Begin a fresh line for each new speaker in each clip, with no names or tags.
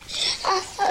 out.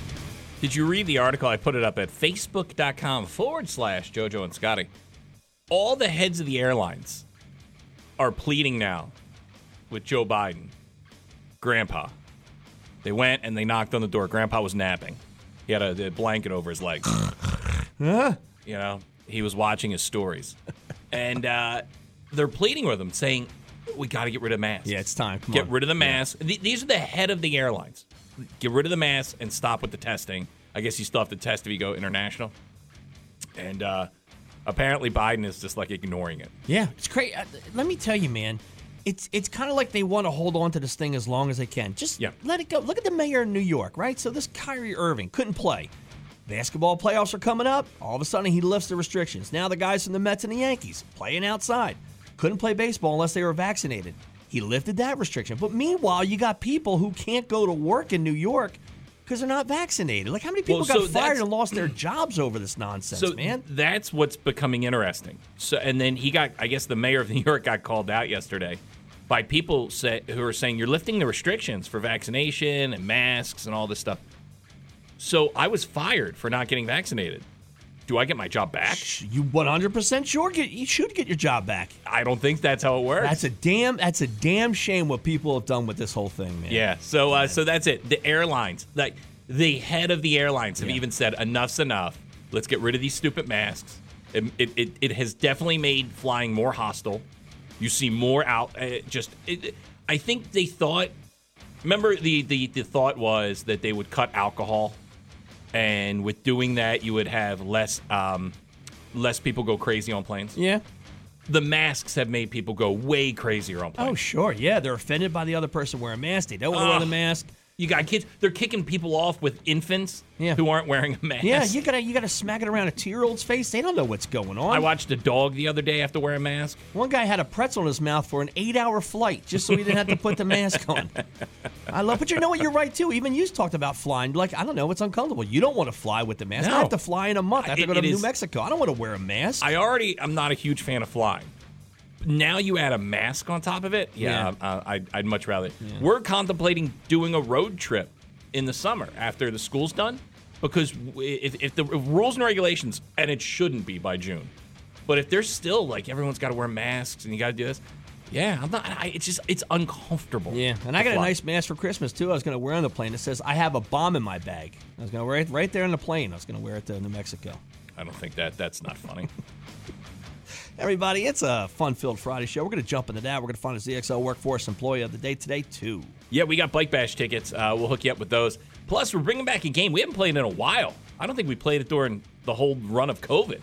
Did you read the article? I put it up at facebook.com forward slash JoJo and Scotty. All the heads of the airlines are pleading now with Joe Biden, Grandpa. They went and they knocked on the door. Grandpa was napping. He had a, a blanket over his legs. you know, he was watching his stories. And uh, they're pleading with him, saying, We got to get rid of masks.
Yeah, it's time. Come
Get
on.
rid of the mask. Th- These are the head of the airlines. Get rid of the mask and stop with the testing. I guess you still have to test if you go international. And uh, apparently Biden is just like ignoring it.
Yeah, it's crazy. Let me tell you, man. It's it's kind of like they want to hold on to this thing as long as they can. Just
Yeah.
let it go. Look at the mayor of New York, right? So this Kyrie Irving couldn't play. Basketball playoffs are coming up. All of a sudden, he lifts the restrictions. Now the guys from the Mets and the Yankees playing outside couldn't play baseball unless they were vaccinated. He lifted that restriction. But meanwhile, you got people who can't go to work in New York because they're not vaccinated. Like how many people
Well,
got
so
fired
that's-
and lost their jobs over this nonsense,
So
man?
that's what's becoming interesting. So and then he got I guess the mayor of New York got called out yesterday by people say, who are saying you're lifting the restrictions for vaccination and masks and all this stuff. So I was fired for not getting vaccinated. Do I get my job back?
You 100% sure get, you should get your job back.
I don't think that's how it works.
That's a damn. That's a damn shame what people have done with this whole thing, man.
Yeah. So uh, so that's it. The airlines, like the head of the airlines, have even said enough's enough. Let's get rid of these stupid masks. It it, it, it has definitely made flying more hostile. You see more out. Uh, just it, I think they thought. Remember the, the the thought was that they would cut alcohol, and with doing that, you would have less um, less people go crazy on planes.
Yeah.
The masks have made people go way crazier on planes.
Oh, sure. Yeah, they're offended by the other person wearing a mask. They don't want to wear the
Ugh.
mask.
You got kids; they're kicking people off with infants
Yeah.
who aren't wearing a mask.
Yeah, you gotta you gotta smack it around a two-year-old's face. They don't know what's going on.
I watched a dog the other day have to wear a mask.
One guy had a pretzel in his mouth for an eight-hour flight just so he didn't have to put the mask on. I love, but you know what? You're right too. Even you talked about flying. Like I don't know, it's uncomfortable. You don't want to fly with the mask.
No.
I have to fly in a month. I have to
It-
go to
it
New
is-
Mexico. I don't want to wear a mask.
I already am not a huge fan of flying. Now you add a mask on top of it. Yeah, uh, I'd, I'd much rather. We're contemplating doing a road trip in the summer after the school's done, because w- if, if the if rules and regulations, and it shouldn't be by June, but if they're still like everyone's got to wear masks and you got to do this, yeah, I'm not. I, it's just it's uncomfortable.
Yeah, and I
to
got a
fly.
nice mask for Christmas too. I was going to wear on the plane. It says I have a bomb in my bag. I was going to wear it right there on the plane. I was going to wear it to New Mexico.
I don't think that that's not funny.
Everybody, it's a fun-filled Friday show. We're going to jump into that. We're going to find a ZXL Workforce Employee of the Day today too.
yeah, we got Bike Bash tickets. Uh, we'll hook you up with those. Plus, we're bringing back a game we haven't played in a while. I don't think we played it during the whole run of COVID.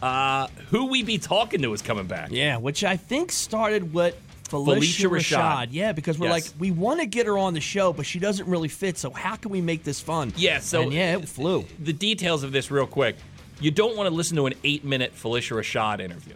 Uh, Who we be talking to is coming back.
Yeah, which I think started with Felicia,
Felicia Rashad.
Rashad. Yeah, because we're
Yes.
like we want to get her on the show, but she doesn't really fit. So how can we make this fun?
Yeah, so
And yeah, it flew.
The details of this, real quick. You don't want to listen to an eight minute Felicia Rashad interview.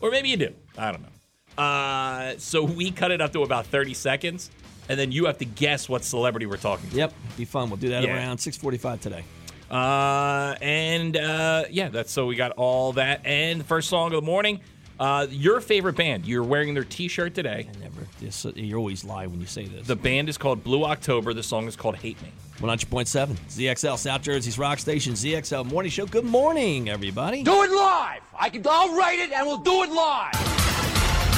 Or maybe you do. I don't know. Uh, so we cut it up to about 30 seconds, and then you have to guess what celebrity we're talking to.
Yep, be fun. We'll do that
Yeah.
around 6:45 today.
Uh, and uh, yeah, that's so we got all that. And first song of the morning, uh, your favorite band. You're wearing their T-shirt today.
I never. This, you always lie when you say this.
The band is called Blue October. The song is called Hate Me.
100.7 ZXL South Jersey's Rock Station ZXL Morning Show. Good morning, everybody.
Do it live. I can. I'll write it, and we'll do it live.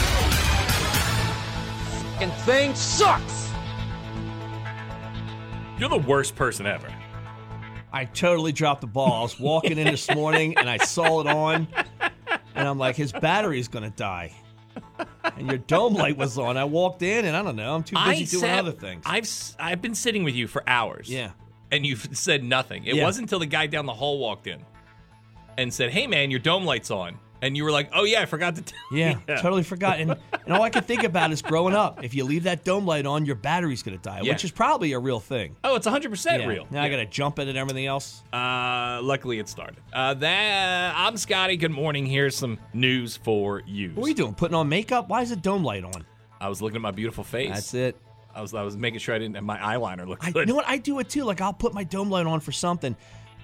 And thing sucks.
You're the worst person ever.
I totally dropped the ball. I was walking in this morning and I saw it on. and I'm like, his battery's gonna die. And your dome light was on. I walked in, and I don't know. I'm too busy
I
doing
sat-
other things.
I've s- I've been sitting with you for hours.
Yeah.
And you've said nothing. It
Yeah.
wasn't until the guy down the hall walked in and said, "Hey man, your dome light's on." And you were like, "Oh yeah, I forgot to tell."
yeah,
you."
totally forgot. And, and all I could think about is growing up. If you leave that dome light on, your battery's gonna die,
Yeah.
which is probably a real thing.
Oh, it's 100%
Yeah.
real.
Now I gotta jump it and everything else.
Uh, luckily it started. Uh, that I'm Scotty. Good morning. Here's some news for you.
What are you doing? Putting on makeup? Why is the dome light on?
I was looking at my beautiful face.
That's it.
I was I was making sure I didn't have my eyeliner look
I,
good.
you know what? I do it too. Like I'll put my dome light on for something,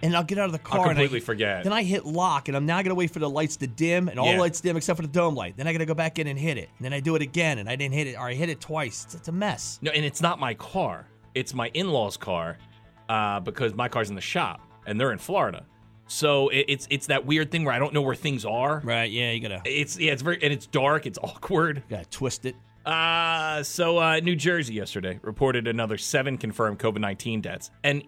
and I'll get out of the car. and
completely forget.
Then I hit lock, and I'm now gonna wait for the lights to dim, and all
Yeah.
the lights dim except for the dome light. Then I gotta go back in and hit it. And then I do it again, and I didn't hit it, or I hit it twice. It's, it's a mess.
No, and it's not my car. It's my in-laws' car, uh, because my car's in the shop and they're in Florida. So it, it's it's that weird thing where I don't know where things are.
Right? Yeah, you gotta
It's yeah, it's very and it's dark. It's awkward.
gotta twist it.
Uh, so uh, New Jersey yesterday reported another seven confirmed COVID nineteen deaths and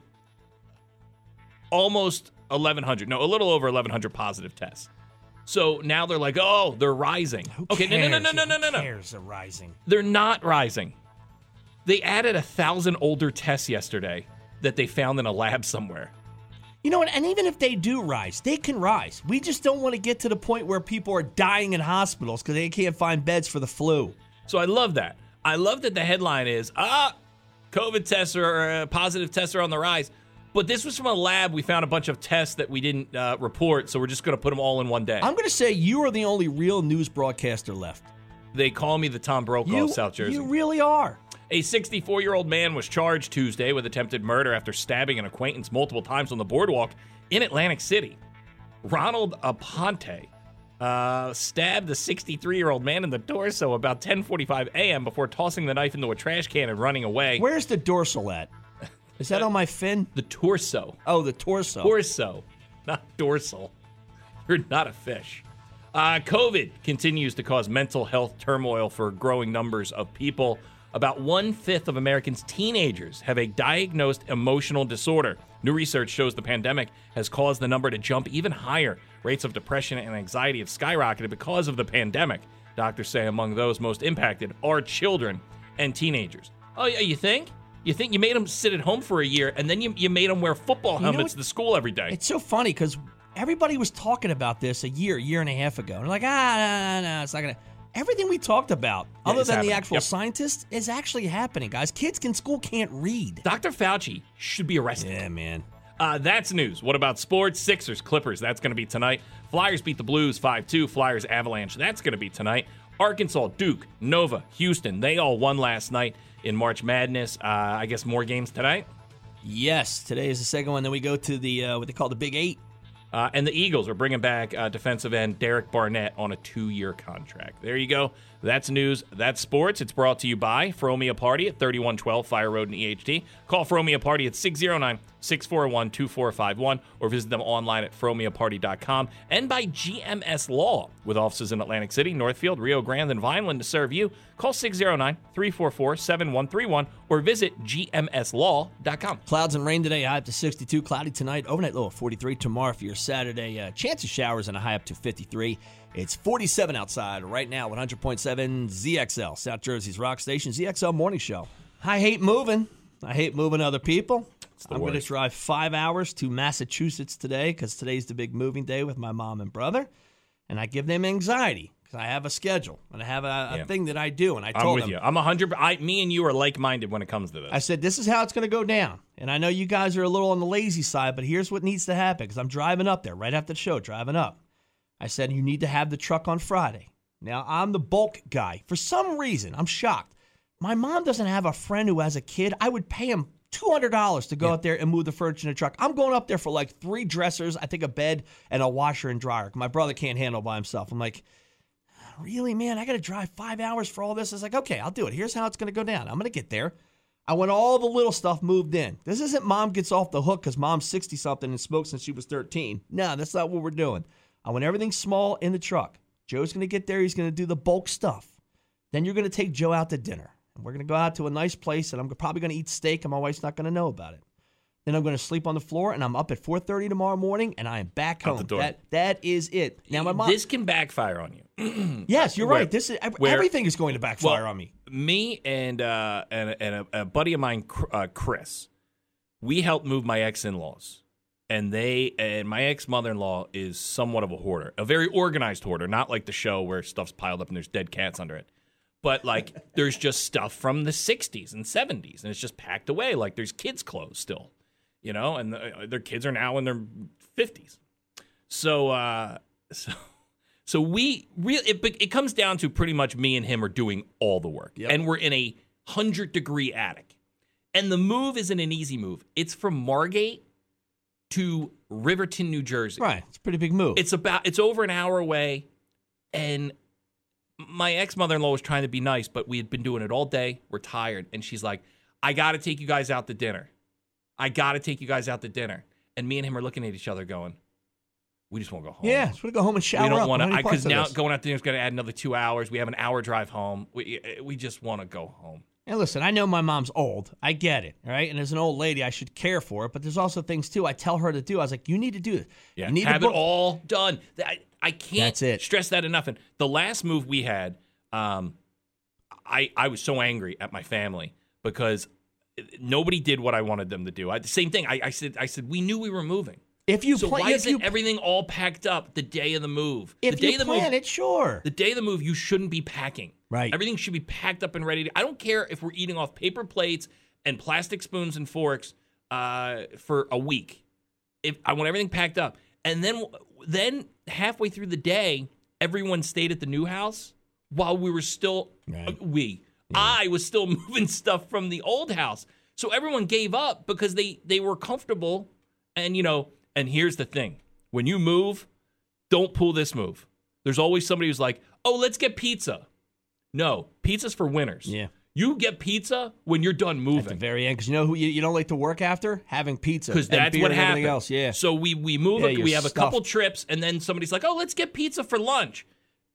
almost eleven hundred. No, a little over eleven hundred positive tests. So now they're like, oh, they're rising.
Who
okay, no, no, no,
cares?
no, no,
Who
no, no, no.
Cares are rising.
They're not rising. They added a thousand older tests yesterday that they found in a lab somewhere.
You know what? And even if they do rise, they can rise. We just don't want to get to the point where people are dying in hospitals because they can't find beds for the flu.
So I love that. I love that the headline is ah, COVID tests are uh, positive tests are on the rise. But this was from a lab. We found a bunch of tests that we didn't uh, report, so we're just going to put them all in one day.
I'm gonna say you are the only real news broadcaster left.
they call me the Tom Brokaw
You,
of South Jersey.
you really are.
a 64 year old man was charged Tuesday with attempted murder after stabbing an acquaintance multiple times on the boardwalk in Atlantic City. Ronald Aponte uh, stabbed the 63 year old man in the torso about 10:45 a.m. before tossing the knife into a trash can and running away.
Where's the dorsal at? Is that on my fin?
the torso.
Oh, the torso.
Torso, not dorsal. You're not a fish. Uh, COVID continues to cause mental health turmoil for growing numbers of people. About one fifth of Americans' teenagers have a diagnosed emotional disorder. New research shows the pandemic has caused the number to jump even higher. Rates of depression and anxiety have skyrocketed because of the pandemic. Doctors say among those most impacted are children and teenagers. Oh, yeah, you think? You think you made them sit at home for a year and then you, you made them wear football
know
helmets
what?
to school every day?
It's so funny because everybody was talking about this a year, year and a half ago. And they're like, ah, no, no, no, it's not going to. Everything we talked about, other
it's
than
happening.
the actual
Yep.
scientists, is actually happening, guys. Kids in school can't read.
Dr. Fauci should be arrested.
Yeah, man.
Uh, that's news. What about sports? Sixers, Clippers, that's going to be tonight. Flyers beat the Blues 5 2. Flyers, Avalanche, that's going to be tonight. Arkansas, Duke, Nova, Houston, they all won last night in March Madness. Uh, I guess more games tonight.
Yes, today is the second one. Then we go to the uh, what they call the Big Eight.
Uh, and the Eagles are bringing back uh, defensive end Derek Barnett on a two year contract. There you go. That's news. That's sports. It's brought to you by Fromia Party at 3112 Fire Road in EHT. Call Fromia Party at 609 641 2451 or visit them online at fromiaparty.com and by GMS Law with offices in Atlantic City, Northfield, Rio Grande, and Vineland to serve you. Call 609 344 7131 or visit gmslaw.com.
Clouds and rain today, high up to 62. Cloudy tonight, overnight low of 43. Tomorrow for your Saturday, uh, chance of showers and a high up to 53. It's 47 outside right now, 100.7 ZXL, South Jersey's rock station, ZXL morning show. I hate moving. I hate moving other people. I'm going to
worst.
drive five hours to Massachusetts today because today's the big moving day with my mom and brother. And I give them anxiety because I have a schedule and I have a, a
Yeah.
thing that I do. And I told
I'm with
them,
you. I'm 100. I, me and you are like minded when it comes to this.
I said, this is how it's going to go down. And I know you guys are a little on the lazy side, but here's what needs to happen because I'm driving up there right after the show, driving up. I said, you need to have the truck on Friday. Now, I'm the bulk guy. For some reason, I'm shocked. My mom doesn't have a friend who has a kid. I would pay him $200 to go out there and move the furniture in the truck. I'm going up there for like three dressers, I think a bed, and a washer and dryer. My brother can't handle by himself. I'm like, really, man, I got to drive five hours for all this. It's like, okay, I'll do it. Here's how it's going to go down. I'm going to get there. I want all the little stuff moved in. This isn't mom gets off the hook because mom's 60 something and smoked since she was 13. No, that's not what we're doing. I want everything small in the truck. Joe's going to get there. He's going to do the bulk stuff. Then you're going to take Joe out to dinner. And we're going to go out to a nice place, and I'm probably going to eat steak, and my wife's not going to know about it. Then I'm going to sleep on the floor, and I'm up at 4:30 tomorrow morning, and I am back home.
the door.
That that is it. Now my mom.
This can backfire on you.
yes, you're
where-
right. This is ev-
where-
everything is going to backfire
Well,
on me.
Me and uh, and, and a, a buddy of mine, Cr- uh, Chris, we helped move my ex in laws, and they and my ex mother in law is somewhat of a hoarder, a very organized hoarder, not like the show where stuff's piled up and there's dead cats under it. But like, there's just stuff from the '60s and '70s, and it's just packed away. Like there's kids' clothes still, you know, and the, their kids are now in their 50s. So, uh, so so we real it, be- it comes down to pretty much me and him are doing all the work, and we're in a hundred degree attic, and the move isn't an easy move. It's from Margate to Riverton, New Jersey.
Right, it's a pretty big move.
It's about it's over an hour away, and my ex mother in law was trying to be nice, but we had been doing it all day. We're tired, and she's like, "I got to take you guys out to dinner. I got to take you guys out to dinner." And me and him are looking at each other, going, "We just won't go home."
yeah, just want to go home and shower
we don't
up.
want
I'm
to
not any parts
because
of
now
this.
going out there is going to add another two hours. We have an hour drive home. We eh, we just want to go home.
And listen, I know my mom's old. I get it, all right? And as an old lady, I should care for it. But there's also things too. I tell her to do. I was like, you need to do this.
Yeah,
you need
have
to
it
book-
all done. Th- I, I can't
That's it.
stress that enough. And the last move we had, um, I I was so angry at my family because nobody did what I wanted them to do. I, the same thing. I, I said I said we knew we were moving.
If you
So
plan,
why
if
is
you,
it everything all packed up the day of the move?
if
the day
you
of the
plan
move,
it, sure.
The day of the move, you shouldn't be packing.
Right.
Everything should be packed up and ready. To, I don't care if we're eating off paper plates and plastic spoons and forks uh, for a week. If I want everything packed up, and then then halfway through the day, everyone stayed at the new house while we were still
Right.
uh, we. I was still moving stuff from the old house, so everyone gave up because they they were comfortable. And you know, and here's the thing: when you move, don't pull this move. There's always somebody who's like, oh, let's get pizza. No, pizza's for winners.
Yeah.
You get pizza when you're done
At the
moving.
very end, because you know who you, you don't like to work after having pizza
Because
and
that's
beer
what
and everything
happened.
else. Yeah,
So we we move.
Yeah,
a-
you're
we have a couple
stuffed.
trips, and then somebody's like, "Oh, let's get pizza for lunch."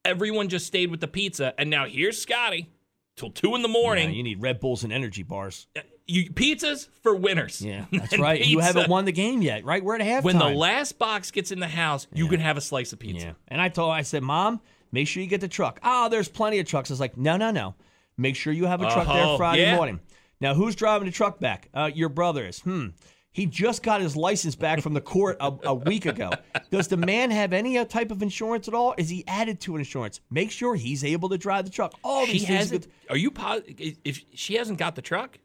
Everyone just stayed with the pizza, and now here's Scotty till two in the
Yeah,
morning.
you need Red Bulls and energy bars.
you, pizzas for winners.
Yeah, that's
And
right. You
pizza-
haven't won the game yet, right? We're at halftime.
When the last box gets in the house, you can have a slice of pizza.
Yeah. And I told I said, Mom, make sure you get the truck. Oh, there's plenty of trucks. I was like, no, no, no. Make sure you have a truck
Uh-huh.
there Friday
Yeah.
morning. Now, who's driving the truck back? Uh, your brother is. Hmm. He just got his license back from the court a, a week ago. Does the man have any uh, type of insurance at all? Is he added to insurance? Make sure he's able to drive the truck. All
She
these things.
hasn't.
that-
Are you positive? If she hasn't got the truck,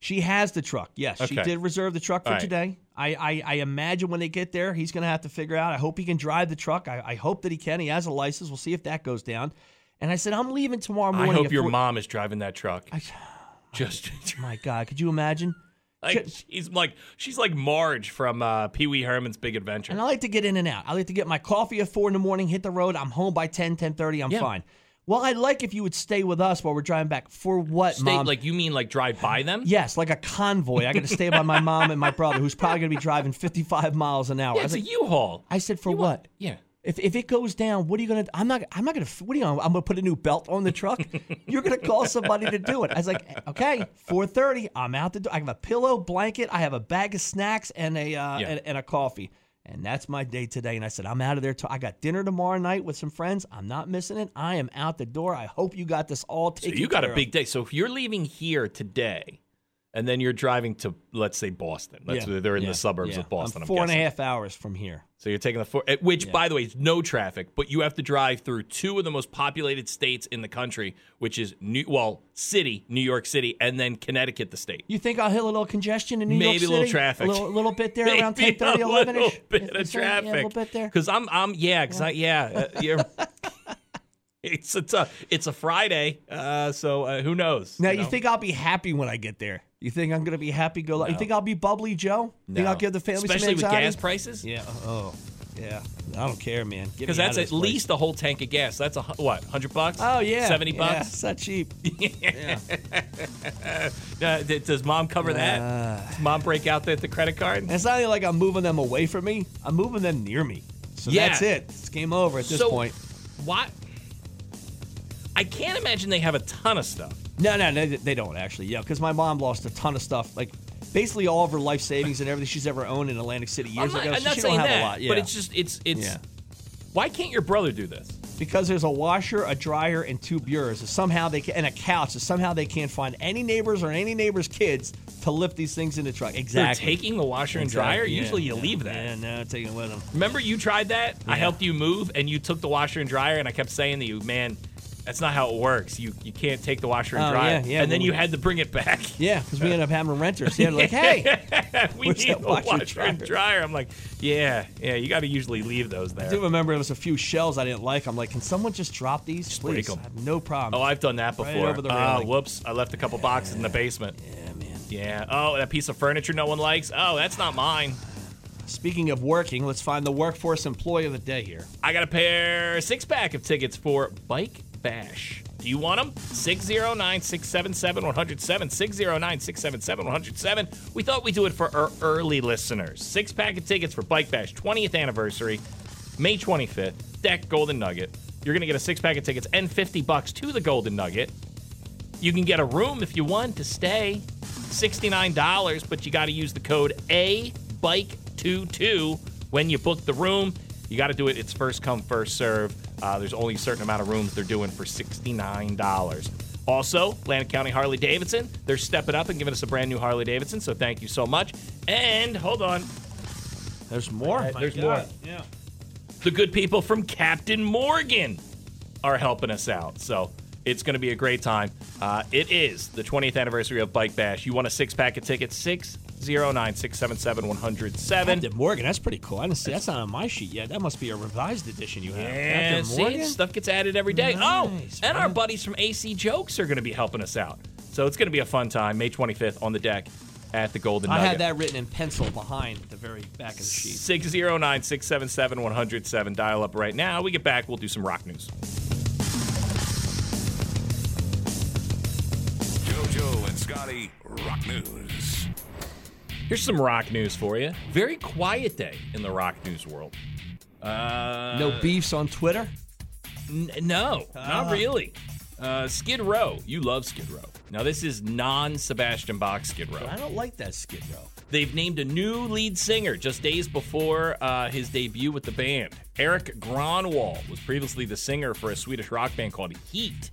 she has the truck. Yes, she
Okay.
did reserve the truck for
All right.
today. I, I, I imagine when they get there, he's going to have to figure out. I hope he can drive the truck. I, I hope that he can. He has a license. We'll see if that goes down. And I said, I'm leaving tomorrow
I
morning.
hope
at
your
four-
mom is driving that truck.
I-
Just
My God, could you imagine?
like she's like she's like Marge from uh, Pee Wee Herman's Big Adventure.
And I like to get in and out. I like to get my coffee at four in the morning, hit the road. I'm home by 10, 10.30. I'm
Yeah.
fine. Well, I'd like if you would stay with us while we're driving back. For what,
Stay,
Mom?
like you mean like drive by them?
yes, like a convoy. I got to stay by my mom and my brother, who's probably going to be driving 55 miles an hour.
yeah
I was
it's a
like-
U-Haul.
I said, for
You
what?
want- yeah,
If, if it goes down, what are you gonna? I'm not. I'm not gonna. What are you? Gonna, I'm gonna put a new belt on the truck. You're gonna call somebody to do it. I was like, "Eh, okay, 4:30. I'm out the door. I have a pillow, blanket. I have a bag of snacks and a uh,
Yeah.
and, and a coffee. And that's my day today. And I said, I'm out of there. T- I got dinner tomorrow night with some friends. I'm not missing it. I am out the door. I hope you got this all
so
taken.
you got
care
a
of.
big day. So if you're leaving here today, and then you're driving to let's say Boston. Let's
Yeah.
they're in
Yeah.
the suburbs
Yeah.
of
I'm
Boston. I'm
four and a
guessing.
half hours from here.
So you're taking the four, at which, by the way, is no traffic, but you have to drive through two of the most populated states in the country, which is New, well, city, New York City, and then Connecticut, the state.
You think I'll hit a little congestion in New York
Maybe
City?
a little traffic,
A little, little bit there
Maybe
around 10, 30,
a
11
little
ish.
bit of traffic,
a little bit there.
Because I'm, I'm, yeah, because I, yeah, uh, you're. It's it's a it's a Friday, uh, so uh, who knows?
Now you,
know?
think I'll be happy when I get there? You think I'm gonna be happy? Go. You think I'll be bubbly, Joe? You Think I'll
No.
give the family
especially
some
with
anxiety?
gas prices?
Yeah. Oh. Yeah. I don't care, man. Get
because
me out
that's
of
at
this place.
least a whole tank of gas. That's a hu- what hundred bucks?
Oh yeah.
seventy
Yeah,
bucks.
it's not cheap.
Uh, th- does mom cover
Ah.
that? Does mom break out the, the credit card?
And it's not even like I'm moving them away from me. I'm moving them near me. So
Yeah.
that's it. It's game over at this
So-
point.
What? I can't imagine they have a ton of stuff.
No, no, no, they- they don't actually. Yeah, because my mom lost a ton of stuff. Like basically all of her life savings and everything she's ever owned in Atlantic City years
I'm not,
ago.
I'm
so
not
she
saying
don't have
that,
a lot. Yeah.
but it's just it's it's.
Yeah.
Why can't your brother do this?
because there's a washer, a dryer, and two bureaus. So somehow they can, and a couch. So somehow they can't find any neighbors or any neighbors' kids to lift these things in the truck. Exactly.
They're taking the washer and
Exactly,
dryer.
yeah,
Usually you
yeah,
leave that.
Yeah, no, take it with them.
Remember you tried that? I
Yeah.
helped you move and you took the washer and dryer and I kept saying to you, man, that's not how it works. You you can't take the washer and
Oh,
dryer.
yeah, yeah,
and then
well,
you
we-
had to bring it back.
Yeah, because we ended up having renters. Yeah, like, hey,
we
Where's
need
that
the
washer
washer,
and
and dryer. I'm like, yeah, yeah, you got to usually leave those
I
there.
do remember there was a few shells I didn't like. I'm like, can someone just drop these?
Just break
Please,
'em.
I have no problem.
Oh, I've done that
Right
before.
over the
Ah,
railing.
whoops, I left a couple boxes in the basement.
yeah, man.
Yeah. Oh, that piece of furniture no one likes. Oh, that's not mine.
Speaking of working, let's find the workforce employee of the day here.
I got a pair six pack of tickets for Bike Bash. Do you want oh them? 609 677 107. 609 677 107. We thought we'd do it for our early listeners. Six pack of tickets for Bike Bash 20th anniversary, May 25th, Deck Golden Nugget. You're going to get a six pack of tickets and 50 bucks to the Golden Nugget. You can get a room if you want to stay. $69, but you got to use the code A ABIKE22 when you book the room. You got to do it, it's first come, first serve. Uh, there's only a certain amount of rooms they're doing for $69. Also, Atlantic County Harley Davidson, they're stepping up and giving us a brand new Harley Davidson, so thank you so much. And hold on,
There's more.
Alright,
My
there's
God.
more.
Yeah.
the good people from Captain Morgan are helping us out. So it's going to be a great time. Uh, it is the 20th anniversary of Bike Bash. You want a six oh pack of tickets? 609 677 107.
Captain Morgan, that's pretty cool. I didn't see that's not on my sheet yet. That must be a revised edition you have.
And
Captain
see,
Morgan?
stuff gets added every day.
Nice,
oh, and our
man.
buddies from AC Jokes are going to be helping us out. So it's going to be a fun time, May 25th on the deck at the Golden
I
Nugget.
had that written in pencil behind the very back of the sheet.
609 677 107. Dial up right now. We get back, we'll do some rock news.
JoJo and Scotty Rock News.
Here's some rock news for you. Very quiet day in the rock news world. Uh,
no beefs on Twitter?
n- no, not really. Uh, Skid Row. You love Skid Row. Now, this is non Sebastian Bach Skid Row.
I don't like that skid row.
They've named a new lead singer just days before uh, his debut with the band. Eric Gronwall was previously the singer for a Swedish rock band called Heat.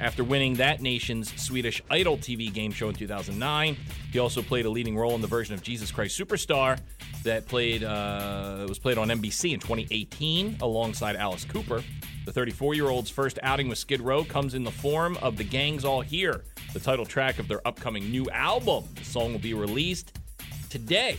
After winning that nation's Swedish Idol TV game show in 2009, he also played a leading role in the version of Jesus Christ Superstar that played uh, was played on NBC in 2018 alongside Alice Cooper. The 34-year-old's first outing with Skid Row comes in the form of "The Gang's All Here," the title track of their upcoming new album. The song will be released today.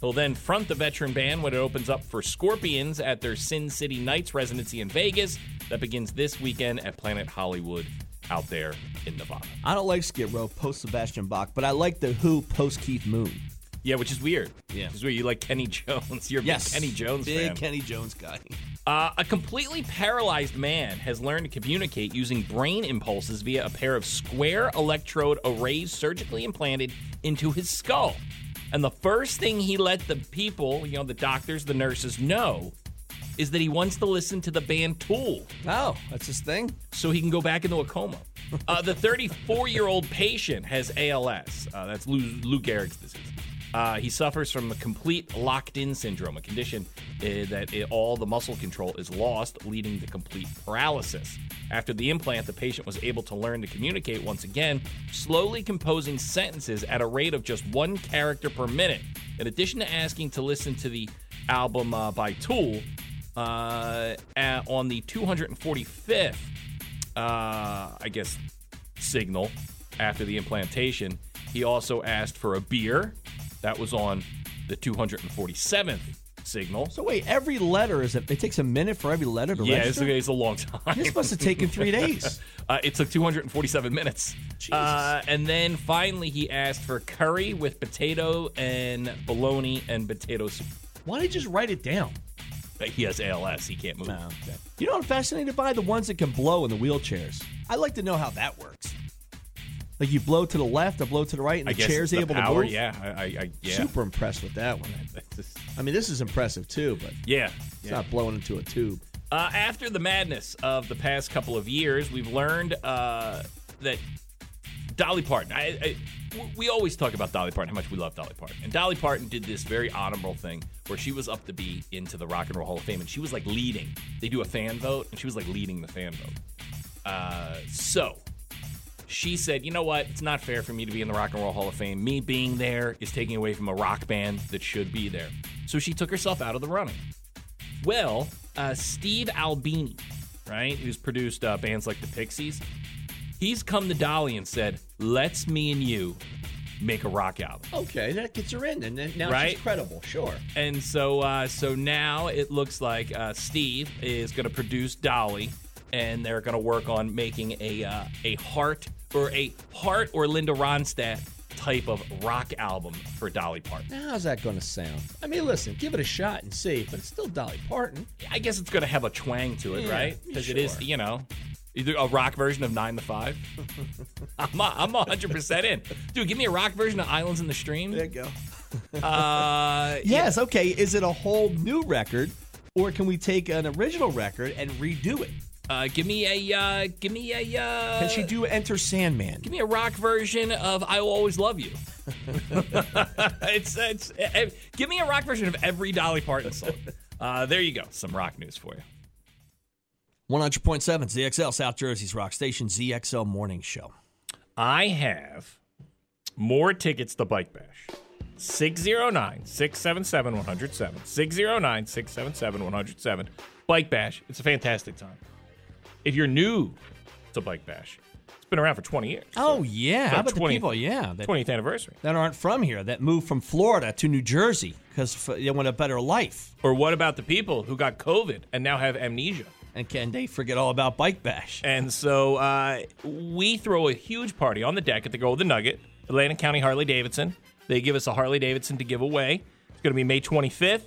He'll then front the veteran band when it opens up for Scorpions at their Sin City Nights residency in Vegas that begins this weekend at Planet Hollywood out there in Nevada.
I don't like skid row post Sebastian Bach, but I like the Who post Keith Moon.
Yeah, which is weird.
Yeah.
Which is weird. You like Kenny Jones. You're a big
Yes.
Kenny Jones
Big
fan.
Kenny Jones guy.
Uh, a completely paralyzed man has learned to communicate using brain impulses via a pair of square electrode arrays surgically implanted into his skull. And the first thing he let the people, you know, the doctors, the nurses, know is that he wants to listen to the band Tool
Oh, that's his thing?
so he can go back into a coma. Uh, the 34 year old patient has ALS. Uh, that's Lou, Lou Gehrig's disease. Uh, he suffers from a complete locked in syndrome, a condition uh, that it- all the muscle control is lost, leading to complete paralysis. After the implant, the patient was able to learn to communicate once again, slowly composing sentences at a rate of just one character per minute. In addition to asking to listen to the album uh, by Tool, uh, at- on the 245th uh, I guess, signal after the implantation. He also asked for a beer. That was on the 247th signal.
So wait, every letter is a, it takes a minute for every letter to
yeah, it's,
register?
it's a long time.
this must have taken three days.
Uh, it took 247 minutes. Uh, and then finally, he asked for curry with potato and bologna and potato soup.
Why don't you just write it down?
He has ALS. He can't move.
Oh, You know what I'm fascinated by? The ones that can blow in the wheelchairs. I'd like to know how that works. Like you blow to the left, I blow to the right, and
I
the
guess
chair's
it's the
able
power.
to move.
Yeah, I, I, I yeah.
Super impressed with that one. I mean, this is impressive too, but
yeah.
it's not blowing into a tube.
Uh, after the madness of the past couple of years, we've learned uh, that Dolly Parton. I, I, w- we always talk about Dolly Parton, how much we love Dolly Parton. And Dolly Parton did this very honorable thing where she was up to be into the Rock and Roll Hall of Fame, and she was like leading. They do a fan vote, and she was like leading the fan vote. Uh, so she said, "You know what? It's not fair for me to be in the Rock and Roll Hall of Fame. Me being there is taking away from a rock band that should be there." So she took herself out of the running. Well, uh, Steve Albini, right, who's produced uh, bands like the Pixies, he's come to Dolly and said, "Let's me and you make a rock album."
Okay, that gets her in, and then now
Right?
she's credible. Sure.
And so, uh, so now it looks like uh, Steve is going to produce Dolly, and they're going to work on making a uh, a heart or a heart or Linda Ronstadt type of rock album for Dolly Parton.
Now, how's that going to sound? I mean, listen, give it a shot and see, but it's still Dolly Parton.
I guess it's going to have a twang to it,
Yeah,
right? Because it is,
sure.
you know. Either a rock version of Nine to Five. I'm a, I'm 100% in. Dude, give me a rock version of Islands in the Stream.
There you go.
Uh,
Yes, okay. Is it a whole new record, or can we take an original record and redo it?
uh, give me a, uh, give me a, uh,
Can she do Enter Sandman?
Give me a rock version of "I Will Always Love You." it's it's eh, eh, give me a rock version of every Dolly Parton song. Uh, there you go, some rock news for you.
100.7 ZXL South Jersey's rock station ZXL Morning Show.
I have more tickets to Bike Bash. 609 677 107. 609 677 107. Bike Bash. It's a fantastic time. If you're new to Bike Bash, it's been around for 20 years.
Oh yeah,
So
how about the
20
people? Yeah, that,
20th anniversary.
that aren't from here that moved from Florida to New Jersey because they want a better life
Or what about the people who got COVID and now have amnesia?
and can they forget all about Bike Bash?
And so uh, we throw a huge party on the deck at the Golden Nugget, Atlanta County Harley Davidson. They give us a Harley Davidson to give away. It's going to be May 25th.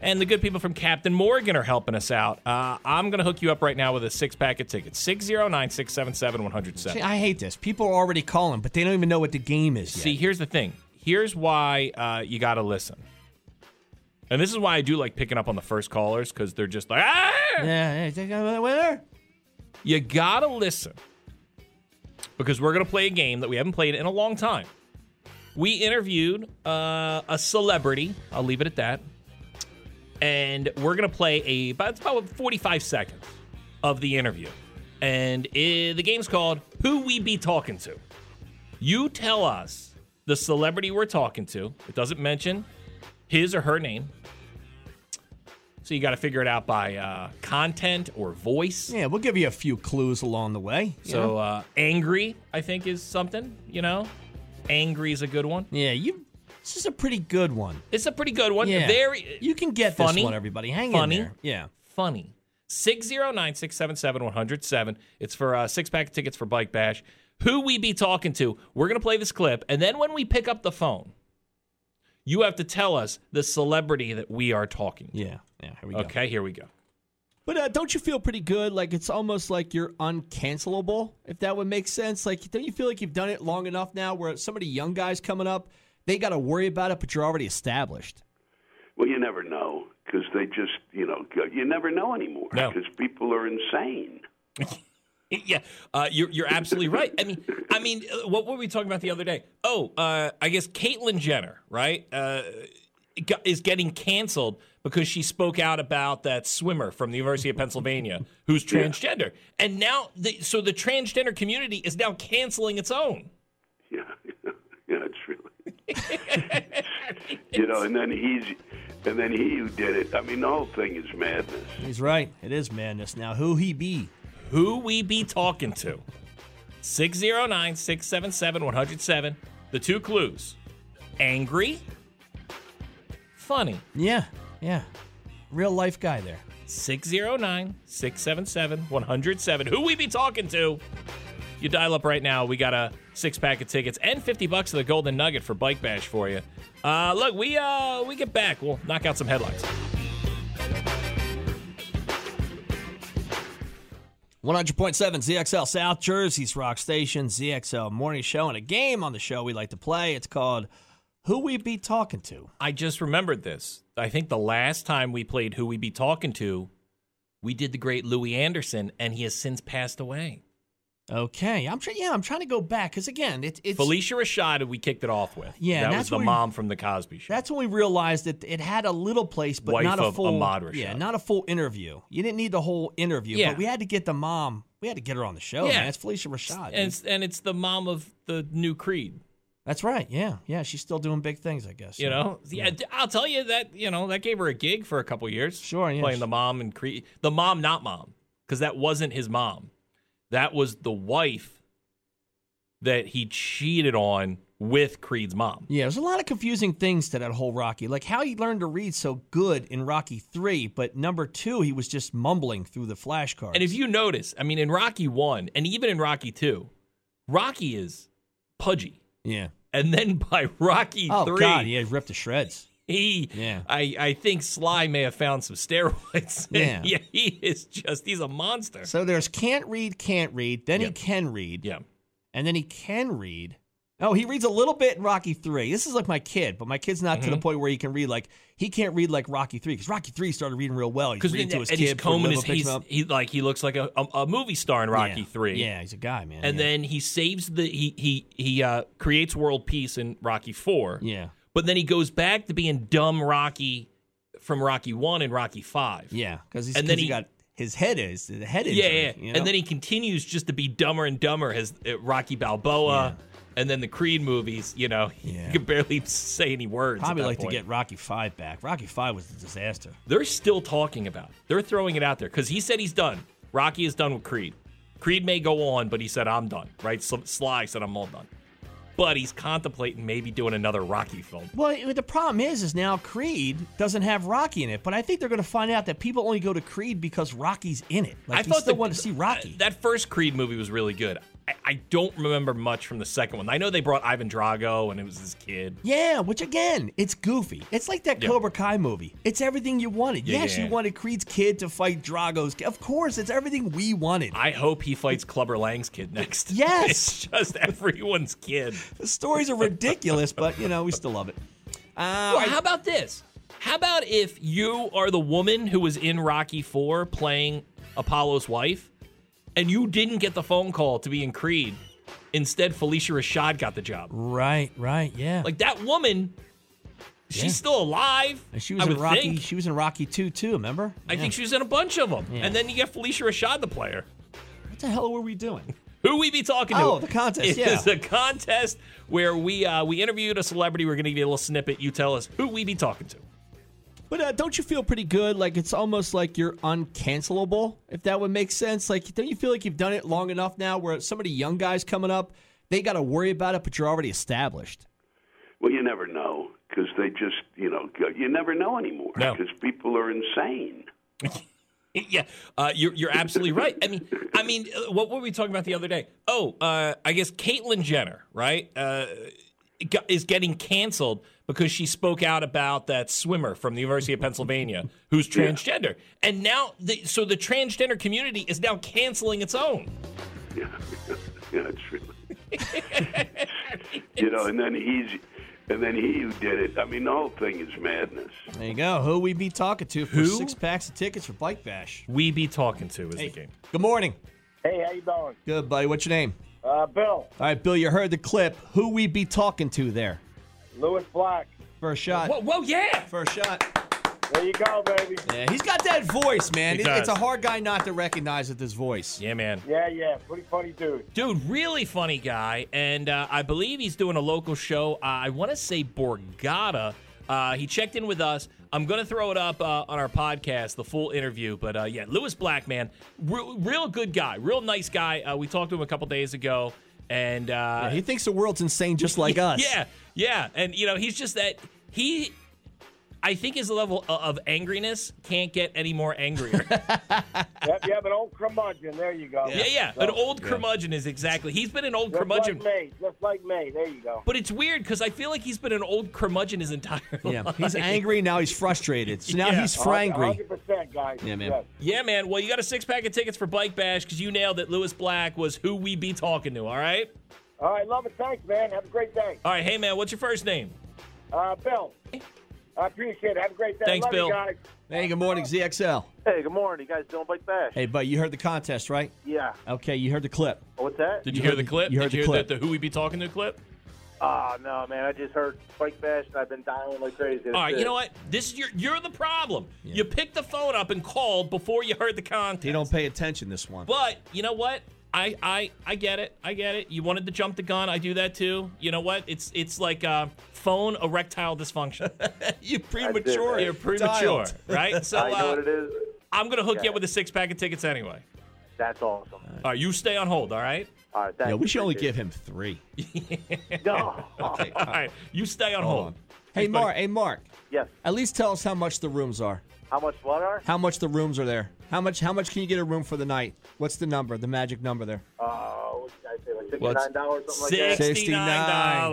And the good people from Captain Morgan are helping us out. Uh, I'm going to hook you up right now with a six pack of tickets 609 677
See,
107.
I hate this. People are already calling, but they don't even know what the game is yet.
See, here's the thing. Here's why uh, you got to listen. And this is why I do like picking up on the first callers because they're just like, ah!
yeah, yeah, take another winner.
You gotta listen because we're gonna play a game that we haven't played in a long time. We interviewed uh, a celebrity. I'll leave it at that. And we're gonna play a about it's about 45 seconds of the interview. And uh, the game's called "Who We Be Talking To." You tell us the celebrity we're talking to. It doesn't mention his or her name. So you got to figure it out by uh, content or voice.
Yeah, we'll give you a few clues along the way. you know?
So uh, angry, I think, is something. You know, angry is a good one.
yeah, you. This is a pretty good one.
It's a pretty good one.
Yeah,
Very
You can get
funny.
this one, everybody. Hang
funny,
in there. Yeah.
funny. 609 677 107. It's for uh, six pack of tickets for Bike Bash. Who we be talking to? We're going to play this clip. And then when we pick up the phone, you have to tell us the celebrity that we are talking to.
Yeah. Yeah. Here we go.
Okay, here we go.
But uh, don't you feel pretty good? Like it's almost like you're uncancelable, if that would make sense. Like, don't you feel like you've done it long enough now where some of the young guys coming up, they got to worry about it, but you're already established?
Well, you never know because they just, you know, go- you never know anymore
No.
because people are insane.
Yeah, uh, you're you're absolutely right. I mean, I mean, uh, what were we talking about the other day? Oh, uh, I guess Caitlyn Jenner, right, uh, got- is getting canceled because she spoke out about that swimmer from the University of Pennsylvania who's transgender, and now the, so the transgender community is now canceling its own.
Yeah, yeah, it's really, you know. And then he's, and then he who did it. I mean, the whole thing is madness.
He's right. It is madness. Now, who he be?
Who we be talking to? 609 677 107. The two clues angry, funny.
Yeah. Yeah. Real life guy there.
609 677 107. Who we be talking to? You dial up right now. We got a six pack of tickets and 50 bucks of the Golden Nugget for Bike Bash for you. Uh, look, we uh, we get back. We'll knock out some headlines.
100.7 ZXL South Jersey's rock station, ZXL Morning Show, and a game on the show we like to play. It's called Who We Be Talking To.
I just remembered this. I think the last time we played Who We Be Talking To, we did the great Louis Anderson, and he has since passed away.
Okay, I'm trying. Yeah, I'm trying to go back because again, it, it's
Felicia Rashad, we kicked it off with.
Yeah,
that
and
was
that's
the
where-
mom from the Cosby Show.
That's when we realized that it had a little place, but
Wife
not a
of
full.
Ahmad Rashad.
Yeah, not a full interview. You didn't need the whole interview,
Yeah.
but we had to get the mom. We had to get her on the show.
Yeah.
man. it's Felicia Rashad.
and
dude.
it's, and it's the mom of the new Creed.
That's right. Yeah, yeah. She's still doing big things, I guess.
You know, yeah. I'll tell you that you know that gave her a gig for a couple years.
Sure, yeah.
playing the mom and Creed, the mom, not mom, because that wasn't his mom. That was the wife that he cheated on with Creed's mom.
Yeah, there's a lot of confusing things to that whole Rocky. Like how he learned to read so good in Rocky 3, but number 2 he was just mumbling through the flashcards.
And if you notice, I mean, in Rocky one, and even in Rocky two, Rocky is pudgy,
Yeah.
and then by Rocky
Oh
three,
god, yeah, ripped to shreds.
he,
Yeah.
I, I think Sly may have found some steroids.
Yeah.
yeah, he is just, he's a monster.
So there's can't read, can't read, then he
Yep.
can read,
yeah.
and then he can read. Oh, he reads a little bit in Rocky 3. This is like my kid, but my kid's not
Mm-hmm.
to the point where he can read like he can't read like Rocky 3 cuz Rocky 3 started reading real well. He's
Because
reading to his
and
kid,
he's
put a
combing
limo,
his,
picks him
he's,
up.
he like he looks like a, a, a movie star in Rocky
Yeah.
Three.
Yeah, he's a guy, man.
and
yeah.
then he saves the he he he uh, creates world peace in Rocky Four.
Yeah.
but then he goes back to being dumb Rocky from Rocky One and Rocky Five.
Yeah, cuz he's
and
'cause
then
he,
he-
got his head is the head
yeah,
injury,
yeah.
you know?
and then he continues just to be dumber and dumber as uh, Rocky Balboa. And then the Creed movies, you know,
Yeah.
you could barely say any words. at
Probably
that
like
point.
to get Rocky Five back. Rocky Five was a disaster.
they're still talking about. it. They're throwing it out there because he said he's done. Rocky is done with Creed. Creed may go on, but he said I'm done. Right? Sl- Sly said I'm all done. But he's contemplating maybe doing another Rocky film.
Well, it- the problem is, is now Creed doesn't have Rocky in it. But I think they're going to find out that people only go to Creed because Rocky's in it. Like,
I
they
thought
still
the-
want to see Rocky.
That first Creed movie was really good. I, I don't remember much from the second one. I know they brought Ivan Drago and it was his kid.
yeah, which again, it's goofy. It's like that
Yeah.
Cobra Kai movie. It's everything you wanted.
Yeah,
yes,
yeah.
you wanted Creed's kid to fight Drago's. kid. Of course, it's everything we wanted.
I hope he fights Clubber Lang's kid next.
Yes.
it's just everyone's kid.
the stories are ridiculous, but you know we still love it. Uh,
Or how about this? How about if you are the woman who was in Rocky Four playing Apollo's wife, and you didn't get the phone call to be in Creed? Instead, Felicia Rashad got the job.
right, right, yeah.
Like that woman, she's
Yeah.
still alive.
and she was
I
in
would
Rocky.
think.
She was in Rocky Two too. Remember?
I think she was in a bunch of them,
Yeah.
and then you get Felicia Rashad, the player.
What the hell were we doing?
Who we be talking to?
Oh, the contest,
It
yeah.
is a contest where we uh, we interviewed a celebrity. We're gonna give you a little snippet. You tell us who we be talking to.
But uh, don't you feel pretty good? Like it's almost like you're uncancelable, if that would make sense. Like, don't you feel like you've done it long enough now where some of the young guys coming up, they got to worry about it, but you're already established?
Well, you never know because they just, you know, go- you never know anymore
No.
because people are insane.
Yeah, uh, you're you're absolutely right. I mean, I mean, uh, what were we talking about the other day? Oh, uh, I guess Caitlyn Jenner, right, uh, got- is getting canceled because she spoke out about that swimmer from the University of Pennsylvania who's transgender, and now the, so the transgender community is now canceling its own.
Yeah, yeah, it's really. you know, and then he's, and then he who did it. I mean, the whole thing is madness.
There you go. Who we be talking to for
Who?
six packs of tickets for Bike Bash?
We be talking to is the game.
Good morning.
Hey, how you doing?
Good, buddy. What's your name?
Uh, Bill,
All right, Bill, you heard the clip. Who we be talking to there?
Lewis Black.
First shot.
Whoa, whoa, yeah.
First shot.
There you go, baby.
Yeah, he's got that voice, man.
He
It- it's
does.
a hard guy not to recognize with his voice.
Yeah, man.
Yeah, yeah, pretty funny dude.
Dude, really funny guy, and uh, I believe he's doing a local show. Uh, I want to say Borgata. Uh, he checked in with us. I'm gonna throw it up uh, on our podcast, the full interview. But uh, yeah, Lewis Black, man, re- real good guy, real nice guy. Uh, we talked to him a couple days ago, and uh,
He thinks the world's insane just like us.
yeah, yeah, and you know he's just that he. I think his level o- of angriness can't get any more angrier.
Yep, you have an old curmudgeon. There you go.
yeah, yeah, an old curmudgeon is exactly. He's been an old
Just
curmudgeon.
like me. Just like me. There you go.
But it's weird because I feel like he's been an old curmudgeon his entire
Yeah,
life.
he's angry now. He's frustrated. So now
Yeah.
he's frangry.
100%, guys.
Yeah, man.
Yes.
Yeah, man. Well, you got a six pack of tickets for Bike Bash because you nailed that Lewis Black was who we be talking to. All right.
All right, love it. Thanks, man. Have a great day.
All right. Hey, man. What's your first name?
Uh, Bill. I appreciate it. Have a great day.
Thanks,
Love
Bill.
You guys.
Hey, good morning, ZXL.
Hey, good morning. You guys doing Bike Bash?
Hey, buddy, you heard the contest, right?
Yeah.
Okay, you heard the clip.
What's that?
Did you hear the clip?
You heard
Did you
the
hear
clip.
the, the who we be talking to clip?
Oh, no, man. I just heard Bike Bash, and I've been dialing like crazy.
All right, you know what? This is your you're the problem. You picked the phone up and called before you heard the contest.
You don't pay attention this one.
But you know what? I, I I get it. I get it. You wanted to jump the gun. I do that too. You know what? It's it's like uh, phone erectile dysfunction.
you premature.
You're premature,
dialed.
right? So
I know
uh,
what it is.
I'm gonna hook
Yeah.
you up with a six pack of tickets anyway.
That's awesome.
All right, you stay on hold. All right.
All right, thanks.
Yeah, we should only
Appreciate
give him three.
it. No.
All right, you stay on
Hold
hold.
on. Hey, Mark. Hey, Mark.
yes.
At least tell us how much the rooms are.
How much blood are?
How much the rooms are there? How much? How much can you get a room for the night? What's the number? The magic number there?
Uh, what did I say? Like
Well, it's-
$69, something like
Six-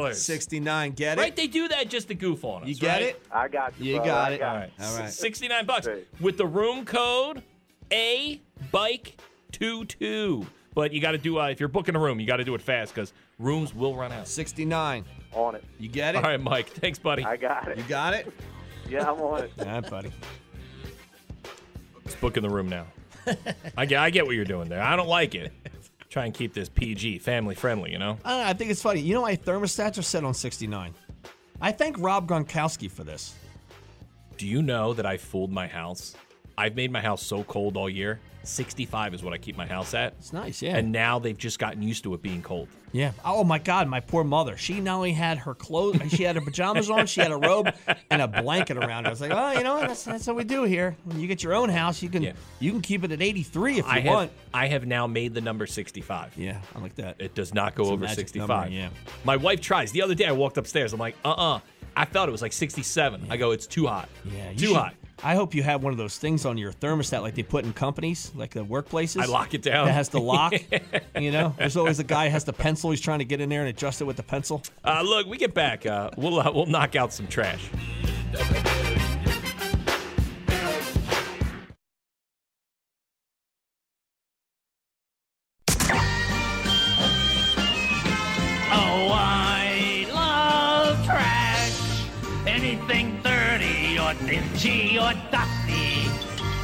that?
$69.
Sixty-nine. Get it?
Right? They do that just to goof on us.
you get
right?
it?
I got you.
You
bro.
got
I
it.
Got
All right.
All right.
Sixty-nine bucks
Great.
with the room code A Bike Two Two. But you got to do uh, if you're booking a room, you got to do it fast because rooms will run out.
Sixty-nine.
On it.
You get
All
it?
right, Mike. Thanks, buddy.
I got it.
You got it?
Yeah, I'm on it.
All right, buddy.
Let's book in the room now. I get, I get what you're doing there. I don't like it. Try and keep this PG, family friendly. You know.
I, don't know, I think it's funny. You know, my thermostats are set on sixty-nine. I thank Rob Gronkowski for this.
Do you know that I fooled my house? I've made my house so cold all year. 65 is what I keep my house at.
It's nice, yeah.
And now they've just gotten used to it being cold.
Yeah. Oh my God, my poor mother. She not only had her clothes, she had her pajamas on, she had a robe and a blanket around her. I was like, oh, you know, what? that's that's what we do here. When you get your own house, you can
Yeah.
you can keep it at 83 if you
I have,
want.
I have now made the number 65.
Yeah, I like that.
It does not go
It's a
over
magic
65.
number, yeah.
My wife tries. The other day I walked upstairs. I'm like, uh uh I thought it was like 67. I go, it's too hot.
yeah, you
Too
should-
hot.
I hope you have one of those things on your thermostat, like they put in companies, like the workplaces.
I lock it down.
That has to lock. you know, there's always a guy who has the pencil. He's trying to get in there and adjust it with the pencil.
Uh, look, we get back. Uh, we'll, uh, we'll knock out some trash.
Oh, I love trash. Anything 30 or dingy or dusty.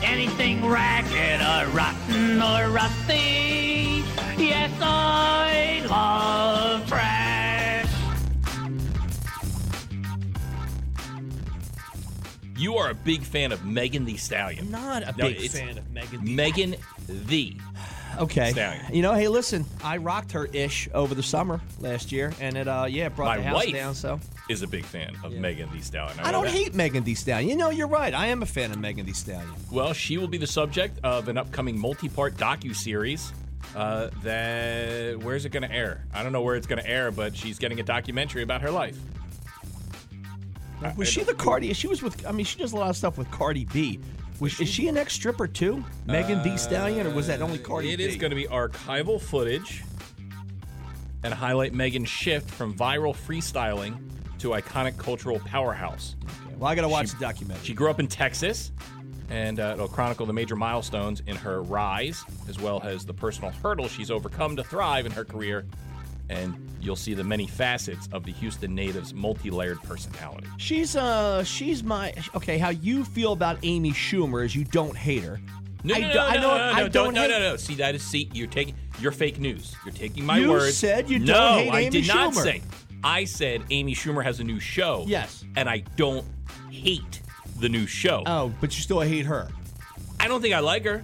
Anything ragged or rotten or rusty. Yes, I love trash.
You are a big fan of Megan the Stallion.
Not a
No,
big
it's
fan of Megan.
Megan the.
Okay.
Stallion.
You know, hey, listen, I rocked her ish over the summer last year, and it, uh, yeah, it brought
My
the house
wife
down. So
is a big fan of Megan Thee Stallion.
I
know
don't
that.
hate Megan Thee Stallion. You know, you're right. I am a fan of Megan Thee Stallion.
Well, she will be the subject of an upcoming multi-part docu-series. Uh, that where's it going to air? I don't know where it's going to air, but she's getting a documentary about her life.
Was she the Cardi? She was with. I mean, she does a lot of stuff with Cardi B. Was, is she an ex stripper too, Megan Thee Stallion, or was that only Cardi
Uh, It
B?
is going to be archival footage and highlight Megan's shift from viral freestyling to iconic cultural powerhouse.
Well, I gotta watch
She-
the documentary.
She grew up in Texas, and uh, it'll chronicle the major milestones in her rise, as well as the personal hurdles she's overcome to thrive in her career. And you'll see the many facets of the Houston native's multi-layered personality.
She's uh, she's my okay. How you feel about Amy Schumer is you don't hate her.
No,
I
no,
do-
no,
I
no,
don't-
no, no,
I
no,
don't
no, no,
hate-
no, no. See, that is see, you're taking you're fake news. You're taking my
You
words.
said you don't
no,
hate
I
Amy
did not
Schumer.
say. I said Amy Schumer has a new show.
Yes.
and I don't hate the new show.
Oh, but you still hate her.
I don't think I like her.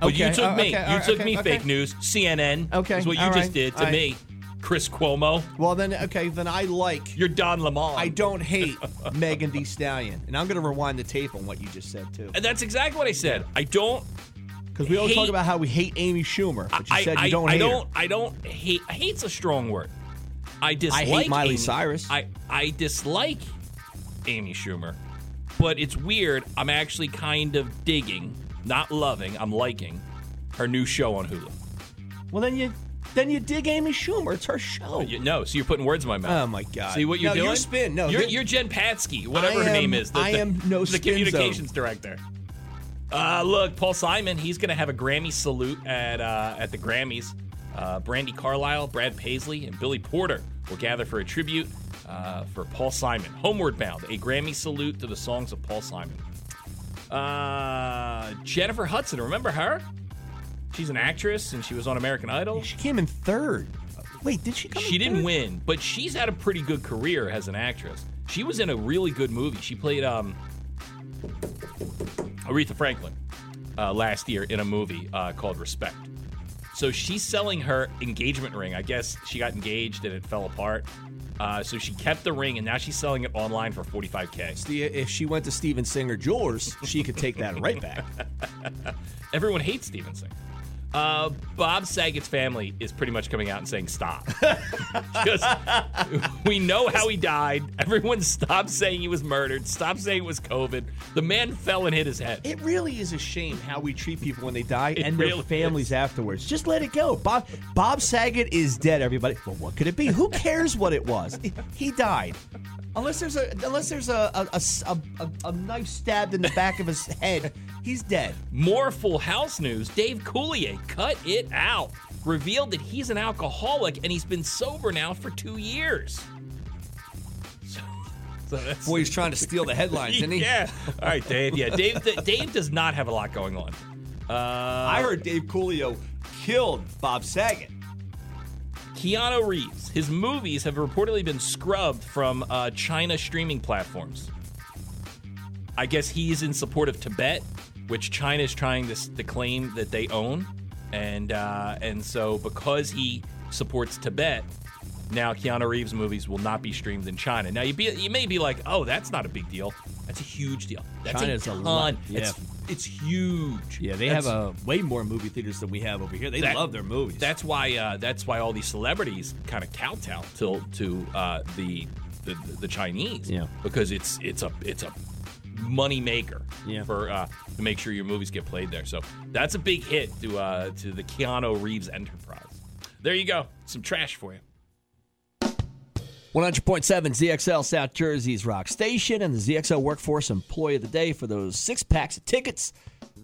But you
Okay,
took
uh,
me.
okay, all
you
right,
took
okay,
me
okay.
fake news. CNN.
Okay,
Is what you
all
just
right,
did to
all right.
me. Chris Cuomo.
Well, then okay, then I like
You're Don Lamont.
I don't hate Megan Thee Stallion, and I'm going to rewind the tape on what you just said too,
And that's exactly what I said. I don't.
because we always
hate-
talk about how we hate Amy Schumer, but you
I,
said you
I,
don't
I
hate
don't.
her.
I don't hate. Hate's a strong word. I dislike.
Miley
Amy-
Cyrus.
I I dislike Amy Schumer, but it's weird. I'm actually kind of digging, not loving. I'm liking her new show on Hulu.
Well, then you then you dig Amy Schumer. It's her show.
You- no, so you're putting words in my mouth.
Oh, my God.
See what you're
No,
doing?
you're spin. No,
you're,
th-
you're Jen Patsky, whatever
I
her
am-
name is. The,
I
the-
am no
the
spin
communications director. Uh, look, Paul Simon. He's gonna have a Grammy salute at uh, at the Grammys. Uh, Brandy Carlisle, Brad Paisley, and Billy Porter will gather for a tribute. Uh, uh, for Paul Simon. Homeward Bound, a Grammy salute to the songs of Paul Simon. Uh, Jennifer Hudson, remember her? She's an actress and she was on American Idol.
She came in third. Wait, did she come
She didn't win, but she's had a pretty good career as an actress. She was in a really good movie. She played um, Aretha Franklin uh, last year in a movie uh, called Respect. So she's selling her engagement ring. I guess she got engaged and it fell apart. Uh, so she kept the ring and now she's selling it online for 45K.
If she went to Steven Singer Jewelers, she could take that right back.
Everyone hates Steven Singer. Uh, Bob Saget's family is pretty much coming out and saying stop. 'Cause we know how he died. Everyone stop saying he was murdered. Stop saying it was COVID. The man fell and hit his head.
It really is a shame how we treat people when they die and their
really
families afterwards. Just let it go. Bob Bob Saget is dead. Everybody. Well, what could it be? Who cares what it was? He died. Unless there's a unless there's a a, a- a- a knife stabbed in the back of his head, he's dead.
More Full House news. Dave Coulier cut it out. Revealed that he's an alcoholic and he's been sober now for two years. So, so that's
Boy, he's trying to steal the headlines, isn't he?
Yeah. All right, Dave. Yeah, Dave. Dave does not have a lot going on. Uh, I
heard Dave Coolio killed Bob Saget.
Keanu Reeves. His movies have reportedly been scrubbed from uh, China streaming platforms. I guess he's in support of Tibet, which China is trying to, s- to claim that they own, and uh, and so because he supports Tibet, now Keanu Reeves movies will not be streamed in China. Now you be you may be like, oh, that's not a big deal. That's a huge deal. That's
China's a
a ton.
lot-
It's it's huge.
Yeah, they
That's-
have uh, way more movie theaters than we have over here. They
That-
love their movies.
That's why. Uh, that's why all these celebrities kind of kowtow to to uh, the, the the Chinese.
Yeah.
Because it's it's a it's a money maker.
Yeah.
For uh, to make sure your movies get played there. So that's a big hit to uh, to the Keanu Reeves enterprise. There you go. Some trash for you.
100.7 ZXL South Jersey's Rock Station and the ZXL Workforce Employee of the Day for those six packs of tickets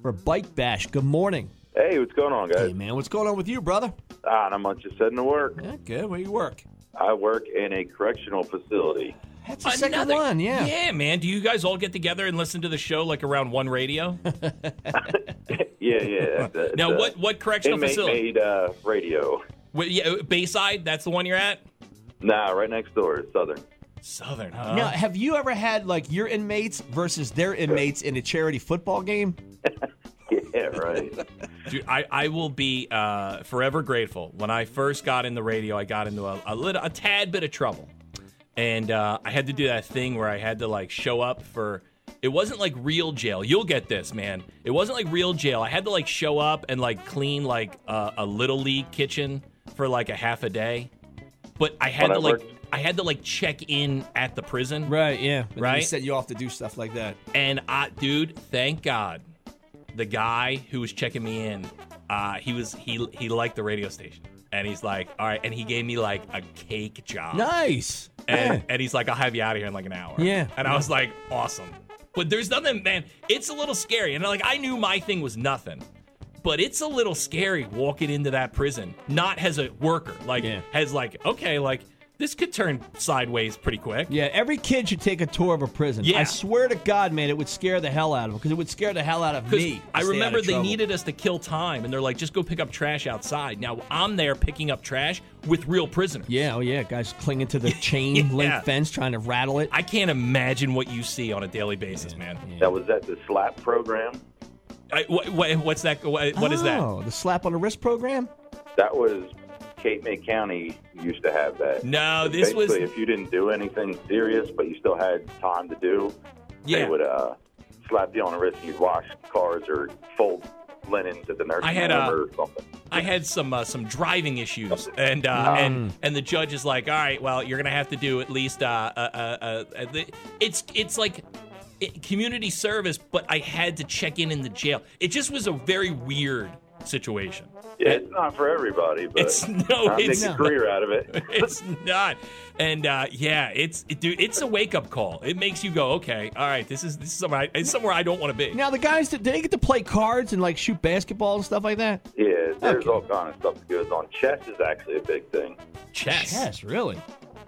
for Bike Bash. Good morning.
Hey, what's going on, guys?
Hey, man, what's going on with you, brother?
Ah, not much. Just heading to work.
Good. Where you work?
I work in a correctional facility.
That's
the
second one, yeah.
Yeah, man. Do you guys all get together and listen to the show like around one radio?
Yeah, yeah. It's a- it's
Now,
a
what- what correctional
inmate
facility?
Made, uh, radio.
Wait, yeah, Bayside. That's the one you're at.
Nah, right next door, Southern.
Southern. Huh?
now, have you ever had like your inmates versus their inmates in a charity football game?
Yeah, right.
Dude, I, I will be uh, forever grateful. When I first got in the radio, I got into a, a little a tad bit of trouble, and uh, I had to do that thing where I had to like show up for. It wasn't like real jail. You'll get this, man. It wasn't like real jail. I had to like show up and like clean like a, a little league kitchen for like a half a day, but I had
When
to
I
like
worked-
I had to like check in at the prison.
Right, yeah.
then they Right?
set you off to do stuff like that.
And I, dude, thank God, the guy who was checking me in, uh, he was he he liked the radio station, and he's like, all right, and he gave me like a cake job,
Nice.
and, and he's like, I'll have you out of here in like an hour,
Yeah.
and I was like, awesome. But there's nothing, man. It's a little scary, and like I knew my thing was nothing, but it's a little scary walking into that prison, not as a worker, like as like okay, like this could turn sideways pretty quick.
Yeah, every kid should take a tour of a prison.
Yeah.
I swear to God, man, it would scare the hell out of them because it would scare the hell out of
'Cause
me. to
I
stay out
remember
of
they
trouble.
needed us to kill time, and they're like, just go pick up trash outside. Now I'm there picking up trash with real prisoners.
Yeah, oh yeah, guys clinging to the chain
Yeah.
link fence trying to rattle it.
I can't imagine what you see on a daily basis, man.
That was at the slap program.
I, wha- wha- what's that? Wha- what is
Oh, the slap on the wrist program?
That was Cape May County used to have that.
No, this was-
Basically, if you didn't do anything serious, but you still had time to do,
Yeah.
they would uh, slap you on the wrist and you'd wash cars or fold linens at the nursing
I had,
home
uh,
or something.
that? I had some uh, some driving issues, and uh,
Mm.
and and the judge is like, all right, well, you're gonna have to do at least uh, uh, uh, uh, at le- it's it's like. It, community service, but I had to check in in the jail. It just was a very weird situation.
Yeah, it's not for everybody, but
It's- no,
I make
it's
a
not.
career out of it.
it's not. And uh, yeah, it's it, dude, it's a wake up call. It makes you go, okay, all right, this is this is somewhere I, it's somewhere I don't want to be.
Now the guys did they get to play cards and like shoot basketball and stuff like that?
Yeah, there's all kind of stuff that goes on. Chess is actually a big thing.
Chess.
Chess, really?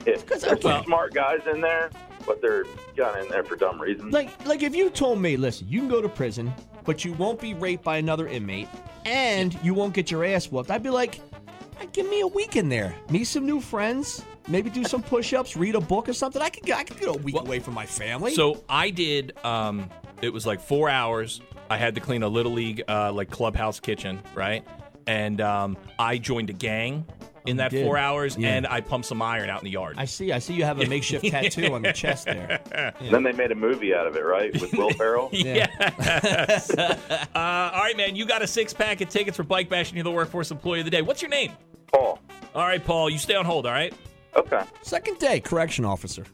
There's some smart guys in there, but they're got in there for dumb reasons.
Like, like if you told me, listen, you can go to prison, but you won't be raped by another inmate, and you won't get your ass whooped, I'd be like, "Ah, give me a week in there, meet some new friends, maybe do some push-ups, read a book or something. I could, get- I could get a week away from my family.
So I did. Um, it was like four hours. I had to clean a little league uh, like clubhouse kitchen, right? And um, I joined a gang in
Oh, you
that
did?
four hours,
Yeah.
and I pumped some iron out in the yard.
I see, I see you have a makeshift tattoo on your chest there.
Then they made a movie out of it, right? With Will Ferrell.
Yes. uh, all right, man. You got a six pack of tickets for Bike Bash, and you're the Workforce Employee of the Day. What's your name?
Paul.
All right, Paul. You stay on hold. All right.
Okay.
Second day, correction officer.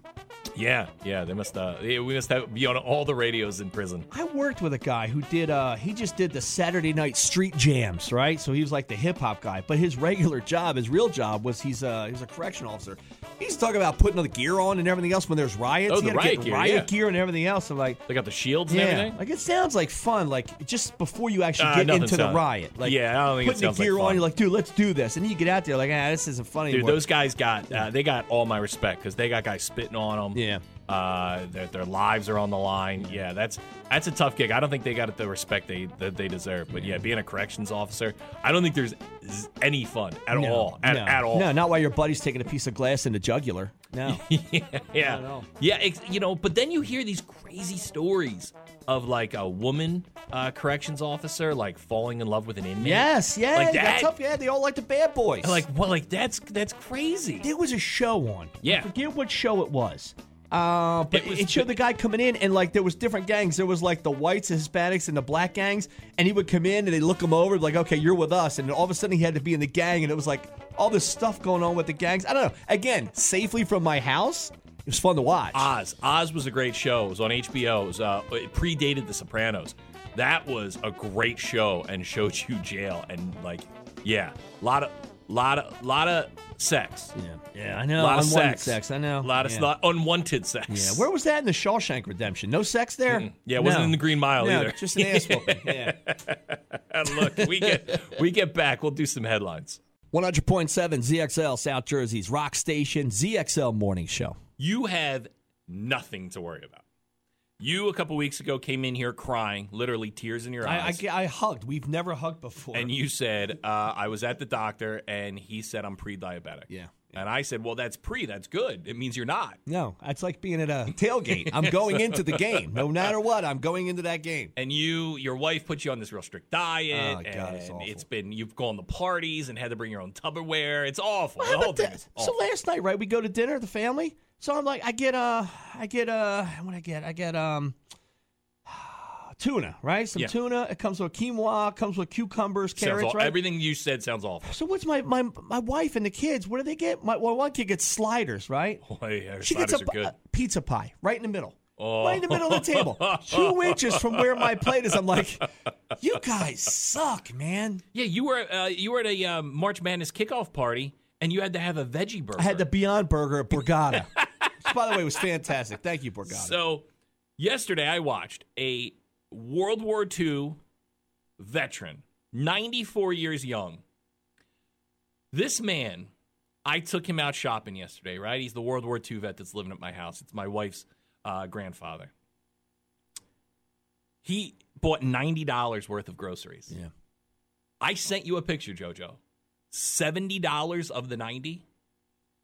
Yeah, yeah. They must. Uh, yeah, we must have be on all the radios in prison.
I worked with a guy who did uh he just did the Saturday night street jams, right? So he was like the hip hop guy, but his regular job, his real job was he's uh he was a correction officer. He used to talk about putting the gear on and everything else when there's riots.
Oh,
He
the
had to
riot
get
gear,
riot
yeah.
gear and everything else. I'm like,
They got the shields and
yeah,
everything.
like it sounds like fun. Like just before you actually
Uh,
get
nothing
into the
sounds-
riot, like
Yeah, I don't think it
putting the
sounds like
gear on,
fun.
you're like, dude, let's do this, and then you get out there like, ah, this isn't funny.
Dude,
anymore.
those guys got uh, they got all my respect because they got guys spitting on them. Yeah, uh, their, their lives are on the line. Yeah, that's that's a tough gig. I don't think they got the respect they that they deserve. But yeah, being a corrections officer, I don't think there's z- any fun at
No,
all. At,
no.
at all.
No, not while your buddy's taking a piece of glass in the jugular. No.
yeah, yeah. It's, you know, but then you hear these crazy stories of like a woman uh, corrections officer like falling in love with an inmate.
Yes, yeah,
like
that's
that.
tough. Yeah, they all like the bad boys.
Like, well, like that's that's crazy.
There was a show on. I
Yeah.
forget what show it was. Uh, but it, it showed the guy coming in, and like there was different gangs. There was like the whites, the Hispanics, and the black gangs. And he would come in, and they look him over, like, "Okay, you're with us." And all of a sudden, he had to be in the gang, and it was like all this stuff going on with the gangs. I don't know. Again, safely from my house, it was fun to watch.
Oz. Oz was a great show. It was on HBO. It, was, uh, it predated The Sopranos. That was a great show and showed you jail and like, yeah, lot of, lot of, lot of sex. Yeah,
yeah, I know.
Lot of
Unwanted
sex.
sex, I know.
Lot of
Yeah.
lot- unwanted sex.
Yeah, where was that in the Shawshank Redemption? No sex there.
Yeah, it wasn't
No.
in the Green Mile
No,
either.
Just an ass whooping. Yeah.
Look, we get we get back. We'll do some headlines.
100.7 ZXL South Jersey's rock station ZXL morning show.
You have nothing to worry about. You a couple weeks ago came in here crying, literally tears in your eyes.
I, I, I hugged. We've never hugged before.
And you said, uh, I was at the doctor and he said I'm pre diabetic.
Yeah.
And I said, Well, that's pre. That's good. It means you're not.
No, it's like being at a tailgate. I'm going into the game. No matter what, I'm going into that game.
And you, your wife put you on this real strict diet.
Oh, God, it's
and
awful.
it's been, you've gone to parties and had to bring your own Tupperware. It's awful. the whole thing is
So
awful.
last night, right, we go to dinner, the family. So I'm like, I get uh I get uh what I get? I get um tuna, right? Some
Yeah.
tuna. It comes with quinoa, comes with cucumbers,
Sounds
carrots,
aw-
right?
Everything you said sounds awful.
So what's my, my my wife and the kids? What do they get? My well, one kid gets sliders, right?
Boy, her
she gets
sliders
a uh,
are
pi-
good.
a pizza pie right in the middle.
Oh.
Right in the middle of the table. Two inches from where my plate is. I'm like, you guys suck, man.
Yeah, you were uh, you were at a um, March Madness kickoff party and you had to have a veggie burger.
I had the Beyond Burger at Borgata. Which, by the way, was fantastic. Thank you, Borgata.
So yesterday I watched a World War II veteran, 94 years young. This man, I took him out shopping yesterday, right? He's the World War II vet that's living at my house. It's my wife's uh, grandfather. He bought $90 worth of groceries.
Yeah.
I sent you a picture, JoJo. $70 of the 90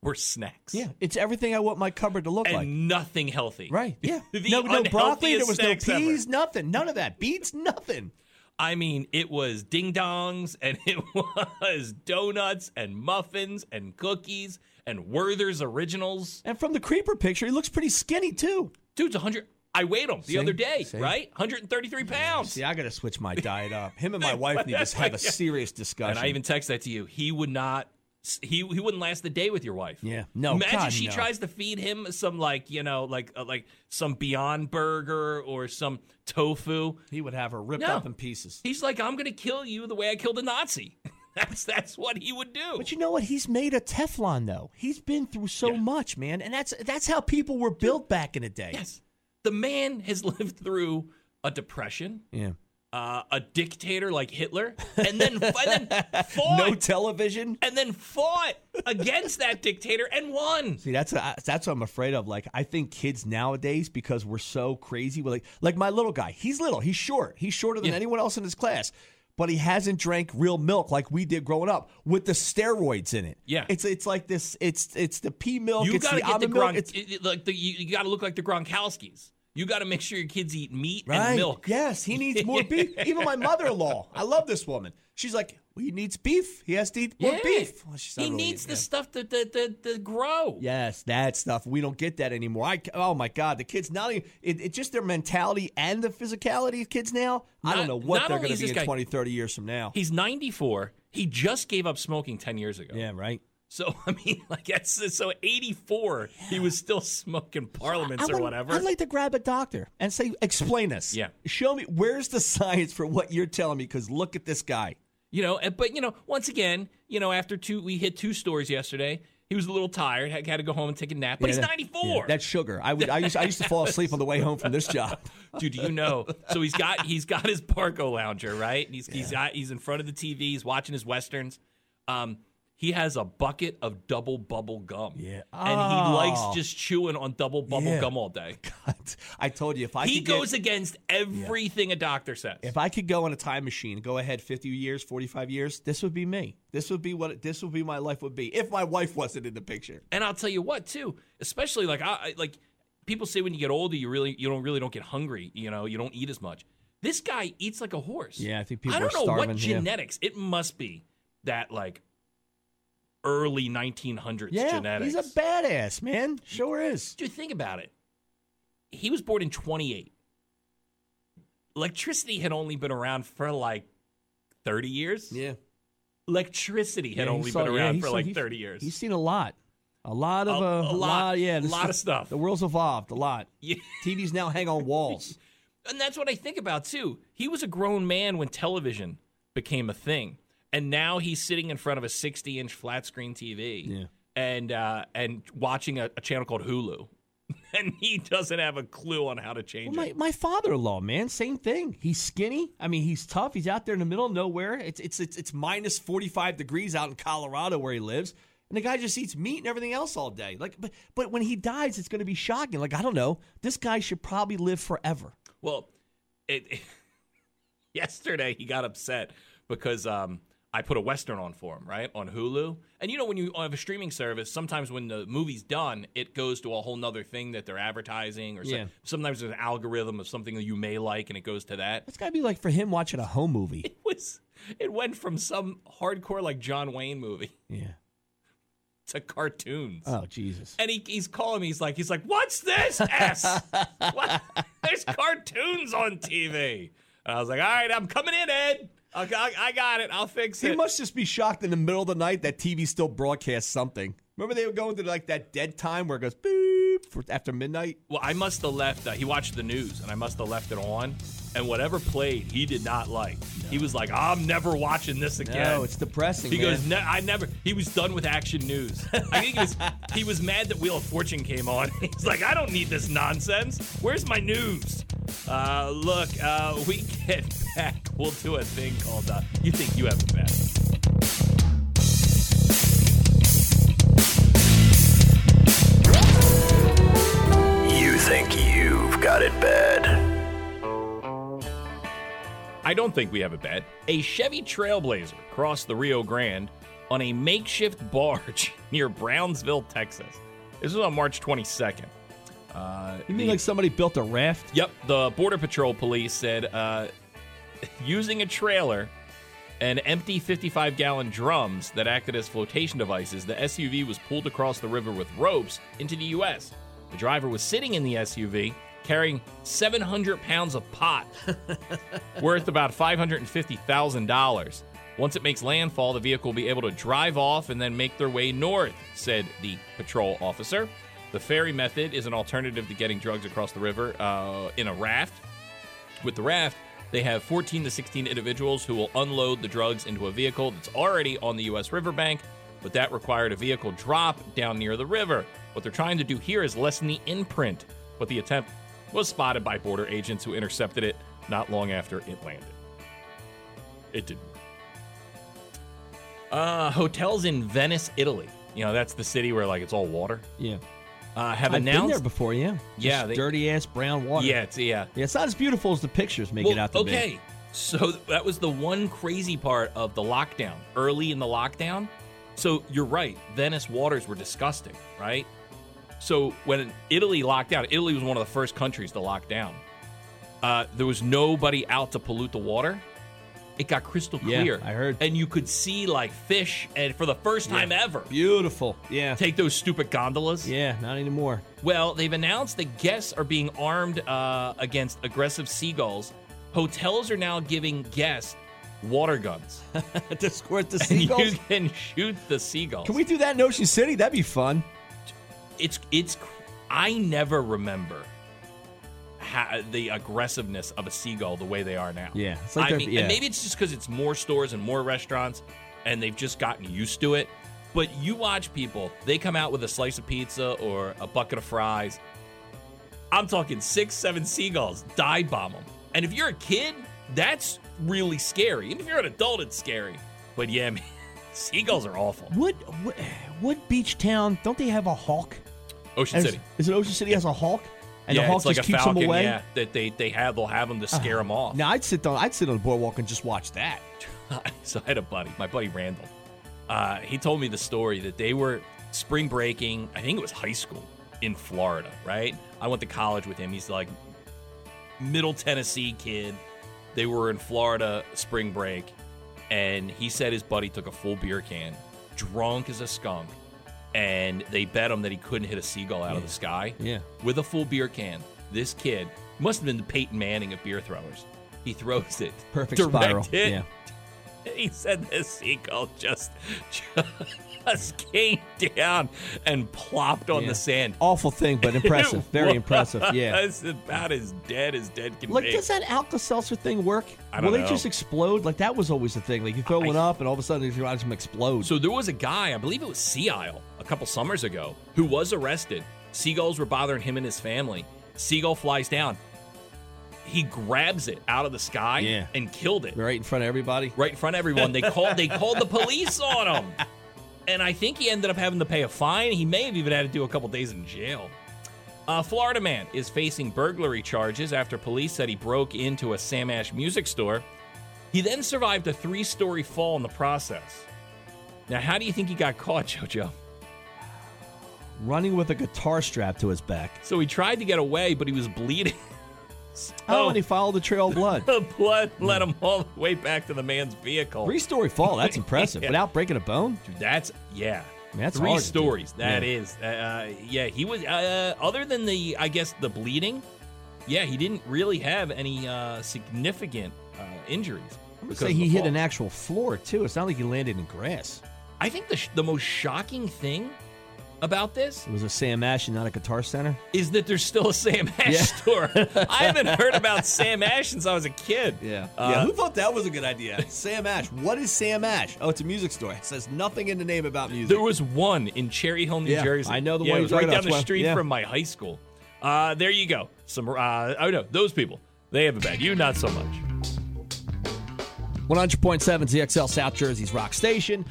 were snacks.
yeah, it's everything I want my cupboard to look
And
like.
nothing healthy.
Right. Yeah.
The
no, no broccoli. There was no
unhealthiest
peas.
snacks
Nothing. None of that. Beets. Nothing.
I mean, it was ding dongs and it was donuts and muffins and cookies and Werther's originals.
And from the creeper picture, he looks pretty skinny too.
Dude's 100. I weighed him the
See?
other day,
See?
right? 133 pounds.
See, I got to switch my diet up. Him and my wife need to have a serious discussion.
and I even text that to you. He would not. He he wouldn't last the day with your wife.
Yeah. No,
Imagine
God,
she
no.
tries to feed him some like you know like uh, like some Beyond Burger or some tofu.
He would have her ripped
No.
up in pieces.
He's like, I'm gonna kill you the way I killed a Nazi. That's that's what he would do.
But you know what? He's made of Teflon though. He's been through so much, man, and that's that's how people were built back in the day.
Yes. The man has lived through a depression,
Yeah.
uh, a dictator like Hitler, and then, and then fought.
No television.
And then fought against that dictator and won.
See, that's I- that's what I'm afraid of. Like, I think kids nowadays, because we're so crazy, we're like, like my little guy. He's little. He's short. He's shorter than anyone else in his class, but he hasn't drank real milk like we did growing up with the steroids in it.
Yeah.
it's it's like this. It's it's the pea milk.
You
it's
got to
the
get the
almond milk.
Gronk,
It's
it- it- like the, you, you got to look like the Gronkowski's. You got to make sure your kids eat meat
right.
and milk.
Yes, he needs more beef. Even my mother-in-law. I love this woman. She's like, well, he needs beef. He has to eat more
Yeah.
beef. Well, she's not
He
really
needs the stuff to, to, to, to grow.
Yes, that stuff. We don't get that anymore. I oh my god, the kids not even it, it's just their mentality and the physicality of kids now. I
Not-
don't know what
not
they're
only
going
is
to be
this
in
guy-
twenty, thirty 20, 30 years from now.
He's 94. He just gave up smoking 10 years ago.
Yeah, right.
So I mean, like that's so 84. He was still smoking parliaments
I
or
would-
whatever.
I'd like to grab a doctor and say, explain this.
Yeah.
show me where's the science for what you're telling me? Because look at this guy.
You know, and- but you know, once again, you know, after two, we hit two stores yesterday. He was a little tired, had, had to go home and take a nap. But
Yeah,
he's
that-
94.
yeah, that's sugar. I would. I used, I used to fall asleep on the way home from this job.
Dude, do you know? So he's got he's got his Barco lounger, right? And He's he's got, he's in front of the TV. He's watching his westerns. Um, he has a bucket of double bubble gum. Yeah, and he
Oh.
likes just chewing on double bubble
Yeah.
gum all day.
I told you if I
he
could get-
goes against everything a doctor says.
If I could go in a time machine, go ahead 50 years, 45 years, this would be me. This would be what this would be my life would be if my wife wasn't in the picture.
And I'll tell you what, too, especially like I I- like people say when you get older, you really you don't really don't get hungry. You know, you don't eat as much. This guy eats like a horse.
Yeah, I think people
I don't
are
know
starving.
what
yeah.
genetics. It must be that like early 1900s
Yeah,
genetics.
he's a badass man. Sure is.
Dude, think about it. He was born in 28. Electricity had only been around for like 30 years.
Yeah.
Electricity had
Yeah, he
only
saw-
been
yeah,
around
he
for
saw-
like
he-
30 years.
He's seen a lot, a lot of
A-
uh,
a lot.
yeah,
A
this-
lot of stuff.
The world's evolved a lot.
Yeah.
TVs now hang on walls.
And that's what I think about too. He was a grown man when television became a thing, and now he's sitting in front of a 60-inch flat-screen TV
Yeah.
and uh, and watching a, a channel called Hulu, and he doesn't have a clue on how to change
Well,
it.
my, my father-in-law, man, same thing. He's skinny. I mean, he's tough. He's out there in the middle of nowhere. It's it's it's, it's minus forty-five degrees out in Colorado where he lives, and the guy just eats meat and everything else all day. Like, but but when he dies, it's going to be shocking. Like, I don't know. This guy should probably live forever.
Well, it, yesterday he got upset because um, I put a western on for him, right, on Hulu. And you know when you have a streaming service, sometimes when the movie's done, it goes to a whole nother thing that they're advertising, or so-
Yeah.
sometimes there's an algorithm of something that you may like, and it goes to that.
It's got to be like for him watching a home movie.
was it went from some hardcore like John Wayne movie
Yeah.
to cartoons.
Oh Jesus.
And he, he's calling me. He's like, he's like, what's this S? what? There's cartoons on TV. And I was like, all right, I'm coming in, Ed. I, I, I got it. I'll fix
He
it.
must just be shocked in the middle of the night that TV still broadcasts something. Remember they were going to like that dead time where it goes boop for, after midnight.
well, I must have left. Uh, he watched the news, and I must have left it on. And whatever played, he did not like. He was like, I'm never watching this again.
No, Oh, it's depressing.
He
man.
goes, ne- I never. He was done with action news. I think he was, he was mad that Wheel of Fortune came on. He's like, I don't need this nonsense. Where's my news? Uh, look, uh, we get back. We'll do a thing called uh, You Think You Have It Bad.
You think you've got it bad.
I don't think we have it bad. A Chevy Trailblazer crossed the Rio Grande on a makeshift barge near Brownsville, Texas. This was on March 22nd. Uh,
You mean like somebody built a raft?
Yep, the Border Patrol police said uh, using a trailer and empty 55 gallon drums that acted as flotation devices, the SUV was pulled across the river with ropes into the U.S. The driver was sitting in the SUV carrying 700 pounds of pot worth about $550,000. Once it makes landfall, the vehicle will be able to drive off and then make their way north, said the patrol officer. The ferry method is an alternative to getting drugs across the river uh, in a raft. With the raft, they have 14 to 16 individuals who will unload the drugs into a vehicle that's already on the U.S. riverbank, but that required a vehicle drop down near the river. What they're trying to do here is lessen the imprint, but the attempt was spotted by border agents who intercepted it not long after it landed. It did. Uh, hotels in Venice, Italy. You know, that's the city where like it's all water.
Yeah.
Uh, have
I've
announced
been there before, yeah.
Yeah,
Just
they-
dirty ass brown water.
Yeah, it's yeah.
Yeah, it's not as beautiful as the pictures make
Well,
it out to be.
okay. So that was the one crazy part of the lockdown, early in the lockdown. So you're right, Venice waters were disgusting, right? So when Italy locked down, Italy was one of the first countries to lock down. Uh, there was nobody out to pollute the water. It got crystal
Yeah,
clear.
I heard.
And you could see like fish, and for the first time ever.
Beautiful. Yeah.
Take those stupid gondolas.
Yeah, not anymore.
Well, they've announced that guests are being armed uh, against aggressive seagulls. Hotels are now giving guests water guns.
to squirt the
And
seagulls?
you can shoot the seagulls.
Can we do that in Ocean City? That'd be fun.
It's it's. cr- I never remember ha the aggressiveness of a seagull the way they are now.
Yeah, it's like
I
they're-
mean,
yeah.
and maybe it's just because it's more stores and more restaurants, and they've just gotten used to it. But you watch people; they come out with a slice of pizza or a bucket of fries. I'm talking six, seven seagulls dive bomb them. And if you're a kid, that's really scary. Even if you're an adult, it's scary. But yeah, man, seagulls are awful.
What, what what beach town? Don't they have a hawk?
Ocean
Has-
City.
Is it Ocean City has a hawk? And
yeah,
the hawk
it's like
just
a
keeps
falcon,
them away. Ah,
Yeah, that they they have they'll have them to scare them off.
Now I'd sit down. I'd sit on the boardwalk and just watch that.
so I had a buddy, my buddy Randall. Uh, he told me the story that they were spring breaking. I think it was high school in Florida, right? I went to college with him. He's like middle Tennessee kid. They were in Florida spring break, and he said his buddy took a full beer can, drunk as a skunk, and they bet him that he couldn't hit a seagull out of the sky.
Yeah.
With a full beer can, this kid must have been the Peyton Manning of beer throwers. He throws it.
Perfect
direct
spiral.
hit.
Yeah.
He said the seagull just just came down and plopped on
Yeah.
the sand.
Awful thing, but impressive.
It
Very impressive. Yeah.
was about as dead as dead can
Like,
be.
does that Alka Seltzer thing work?
I don't
Will they
know.
just explode? Like that was always the thing. Like you throw one up, and all of a sudden you watch them explode.
So there was a guy, I believe it was Sea Isle, a couple summers ago, who was arrested. Seagulls were bothering him and his family. Seagull flies down. He grabs it out of the sky
Yeah.
and killed it.
right in front of everybody.
Right in front of everyone. They called they called the police on him. And I think he ended up having to pay a fine. He may have even had to do a couple days in jail. A Florida man is facing burglary charges after police said he broke into a Sam Ash music store. He then survived a three story fall in the process. Now, how do you think he got caught, JoJo?
Running with a guitar strap to his back.
So he tried to get away, but he was bleeding. So
Oh, and he followed the trail of blood.
the blood led him all the way back to the man's vehicle.
Three story fall. That's impressive.
Yeah.
Without breaking a bone.
Dude, that's yeah.
Man, that's
three
hard to do.
stories. That
Yeah.
is, uh, yeah. He was uh, other than the, I guess, the bleeding. Yeah, he didn't really have any uh, significant uh, injuries.
I'd
because
say
of
he
the
hit
fall.
an actual floor too. It's not like he landed in grass.
I think the sh- the most shocking thing about this
It was a Sam Ash and not a guitar center.
is that there's still a Sam Ash store. I haven't heard about Sam Ash since I was a kid.
Yeah.
Uh,
yeah. Who thought that was a good idea? Sam Ash. What is Sam Ash? Oh, it's a music store. It says nothing in the name about music.
There was one in Cherry Hill, New
Yeah,
Jersey.
I know the
yeah,
one
it
you're
was right
talking
down
about.
the
That's why-
street
yeah.
from my high school. Uh, there you go. Some uh, oh no, those people they have it bad. You not so much.
100.7 ZXL South Jersey's Rock Station.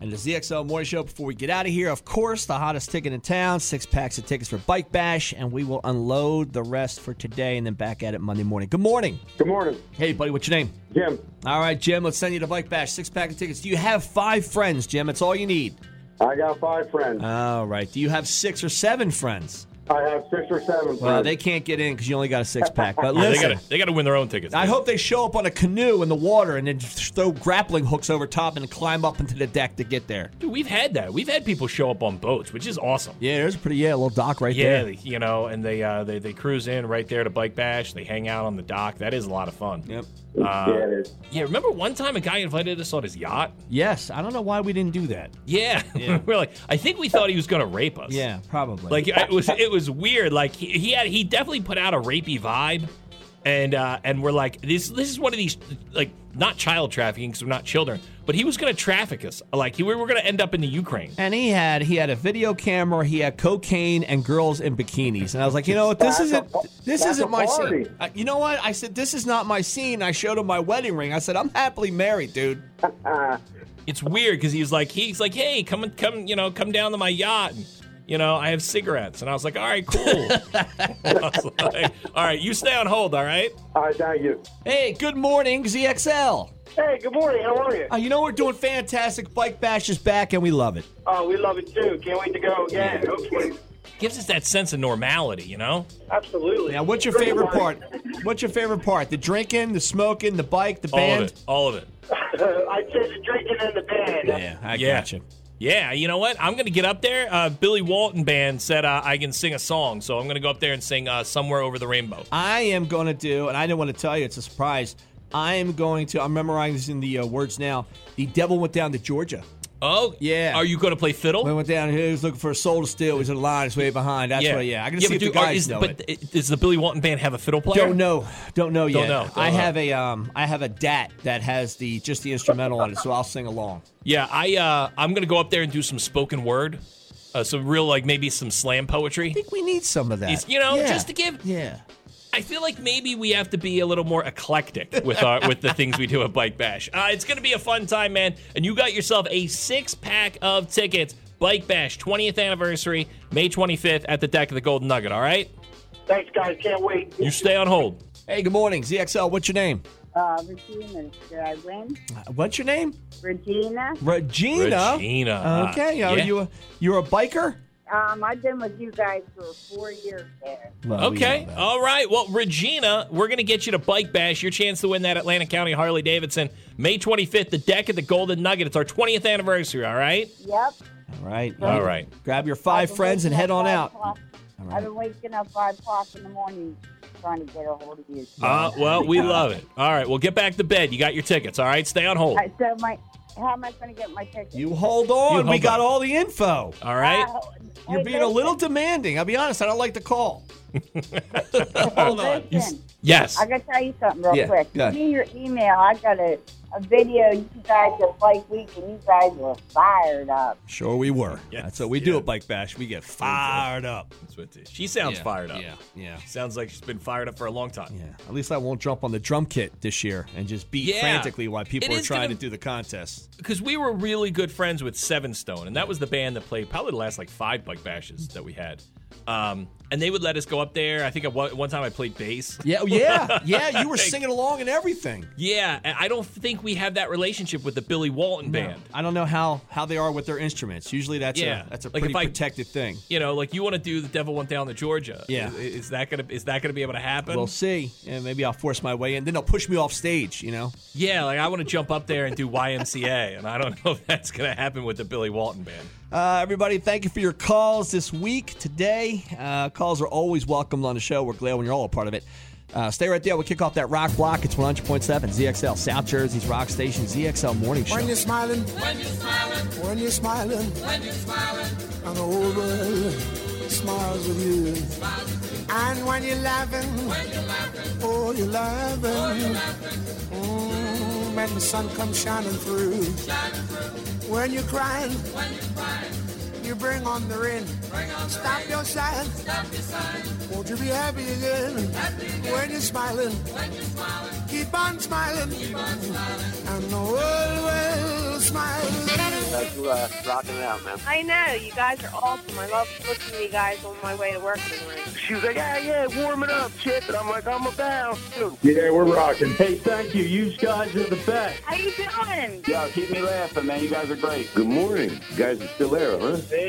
And the ZXL Morning Show. Before we get out of here, of course, the hottest ticket in town, six packs of tickets for Bike Bash, and we will unload the rest for today and then back at it Monday morning. Good morning.
Good morning.
Hey, buddy, what's your name?
Jim.
All right, Jim, let's send you to Bike Bash, six pack of tickets. Do you have five friends, Jim? That's all you need.
I got five friends.
All right. Do you have six or seven friends?
I have six or seven friends.
Well, they can't get in because you only got a six pack. But
Yeah, they
listen,
gotta they gotta win their own tickets.
I hope they show up on a canoe in the water and then just throw grappling hooks over top and climb up into the deck to get there.
Dude, we've had that. We've had people show up on boats, which is awesome.
Yeah, there's a pretty yeah little dock right
Yeah,
there.
you know, and they uh, they they cruise in right there to Bike Bash. They hang out on the dock. That is a lot of fun.
Yep.
Uh, yeah, remember one time a guy invited us on his yacht?
Yes, I don't know why we didn't do that.
Yeah, we're like, I think we thought he was gonna rape us.
Yeah, probably.
like it was it was weird. Like he, he had he definitely put out a rapey vibe, and uh, and we're like this this is one of these like not child trafficking because we're not children, But he was going to traffic us. Like he, we were going to end up in the Ukraine.
And he had he had a video camera, he had cocaine and girls in bikinis. And I was like, you know what, this
That's
isn't
a-
this
that's
isn't
a
my
party.
scene. Uh, you know what? I said this is not my scene. I showed him my wedding ring. I said I'm happily married, dude.
It's weird because he was like, he's like, hey, come and come, you know, come down to my yacht. And, you know, I have cigarettes, and I was like, all right, cool. I was like, all right, you stay on hold. All right.
All right, thank you.
Hey, good morning, ZXL.
Hey, good morning. How are you?
Uh, you know we're doing fantastic. Bike Bash is back, and we love it.
Oh, we love it too. Can't wait to go again. Hopefully.
Gives us that sense of normality, you know.
Absolutely.
Now, what's your favorite part? What's your favorite part? The drinking, the smoking, the bike, the
All
band.
of it. All of it.
I'd say the drinking and the band.
Yeah, I
Yeah.
gotcha.
Yeah, you know what? I'm going to get up there. Uh, Billy Walton Band said uh, I can sing a song, so I'm going to go up there and sing uh, Somewhere Over the Rainbow.
I am going to do, and I didn't want to tell you, it's a surprise. I am going to, I'm memorizing the uh, words now. The devil went down to Georgia.
Oh,
yeah.
Are you going to play fiddle?
We went down here, he was looking for a soul to steal. He was in line, he's way behind. That's yeah. yeah. I can see
Yeah, but
if the
do- are-
guys
is-
know
but
it.
i- does the Billy Walton Band have a fiddle player?
Don't know. Don't know
Don't
yet.
know. Don't
I
know.
have a um I have a DAT that has the just the instrumental on it, so I'll sing along.
Yeah, I uh, I'm going to go up there and do some spoken word, uh, some real like maybe some slam poetry.
We need some of that.
It's- you know,
Yeah.
just to give.
Yeah.
I feel like maybe we have to be a little more eclectic with our with the things we do at Bike Bash. Uh, it's going to be a fun time, man. And you got yourself a six pack of tickets. Bike Bash 20th anniversary, May 25th at the deck of the Golden Nugget. All right,
Thanks, guys. Can't wait.
you stay on hold.
Hey, good morning, ZXL. What's your name? Uh,
Uh, Regina, did I win?
What's your name?
Regina?
Regina.
Regina.
Okay. Are
Yeah.
you a, you're a biker?
Um, I've been with you guys for four years there.
Love
okay. All right. Well, Regina, we're going to get you to Bike Bash. Your chance to win that Atlanta County Harley Davidson, May 25th, the deck of the Golden Nugget. It's our 20th anniversary. All right.
Yep.
All right.
All right.
Grab your five friends and head on out.
I've been waking up 5 o'clock in the morning trying to get a hold of you.
Uh, well, we love it. All right. Well, get back to bed. You got your tickets. All right. Stay on hold.
I so my, how am I going to get my ticket?
You hold on.
You
we
hold
got
on.
all the info.
All right.
Uh,
You're
hey,
being a little demanding. I'll be honest. I don't like the call. Hold on.
Listen,
yes.
I gotta tell you something real
Yeah,
quick.
go ahead.
Give me your email. I got a, a video. You guys are like week, and you guys were fired up.
Sure, we were. That's what we do at Bike Bash. We get fired up.
That's what it is. She sounds
Yeah,
fired up.
yeah, yeah.
She sounds like she's been fired up for a long time. Yeah.
At least I won't jump on the drum kit this year and just beat
Yeah.
frantically while people
It
are
is
trying
gonna-
to do the contest.
Because we were really good friends with Seven Stone, and that was the band that played probably the last like five Bike Bashes that we had. Um, and they would let us go up there. I think at one, one time I played bass.
Yeah, oh, yeah, yeah. You were singing along and everything.
Yeah, and I don't think we have that relationship with the Billy Walton band.
I don't know how how they are with their instruments. Usually that's
Yeah.
a that's a
Like,
pretty
if I-
protected thing.
You know, like you want to do the devil went down to Georgia.
Yeah.
is, is that gonna is that gonna be able to happen?
We'll see. Yeah, maybe I'll force my way in. Then they'll push me off stage. You know.
yeah, like I want to jump up there and do YMCA, and I don't know if that's gonna happen with the Billy Walton band.
Uh, everybody, thank you for your calls this week, today. Uh, calls are always welcomed on the show. We're glad when you're all a part of it. Uh, stay right there. We'll kick off that rock block. It's 100.7 ZXL, South Jersey's rock station, ZXL Morning Show.
When you're smiling, when you're smiling, when you're smiling, when you're smiling, and the whole world smiles with you. And when you're laughing, when you're laughing, oh, you're laughing. Mm, when the sun comes shining through. When you're crying, when you're crying, you bring on the rain. Stop your sighing. Stop your sighing. Won't you be happy again? When you're smiling, when you're smiling, keep on smiling. Keep on smiling. And the world will smile.
Thanks for uh, rocking it out, man.
I know, you guys are awesome. I love listening to you guys on my way to work in the morning.
She was like, yeah, yeah, warming up, shit. And I'm like, I'm about to.
Yeah, we're rocking.
Hey, thank you. You guys are the best.
How you doing?
Yo, keep me laughing, man. You guys are great.
Good morning. You guys are still there, huh?
There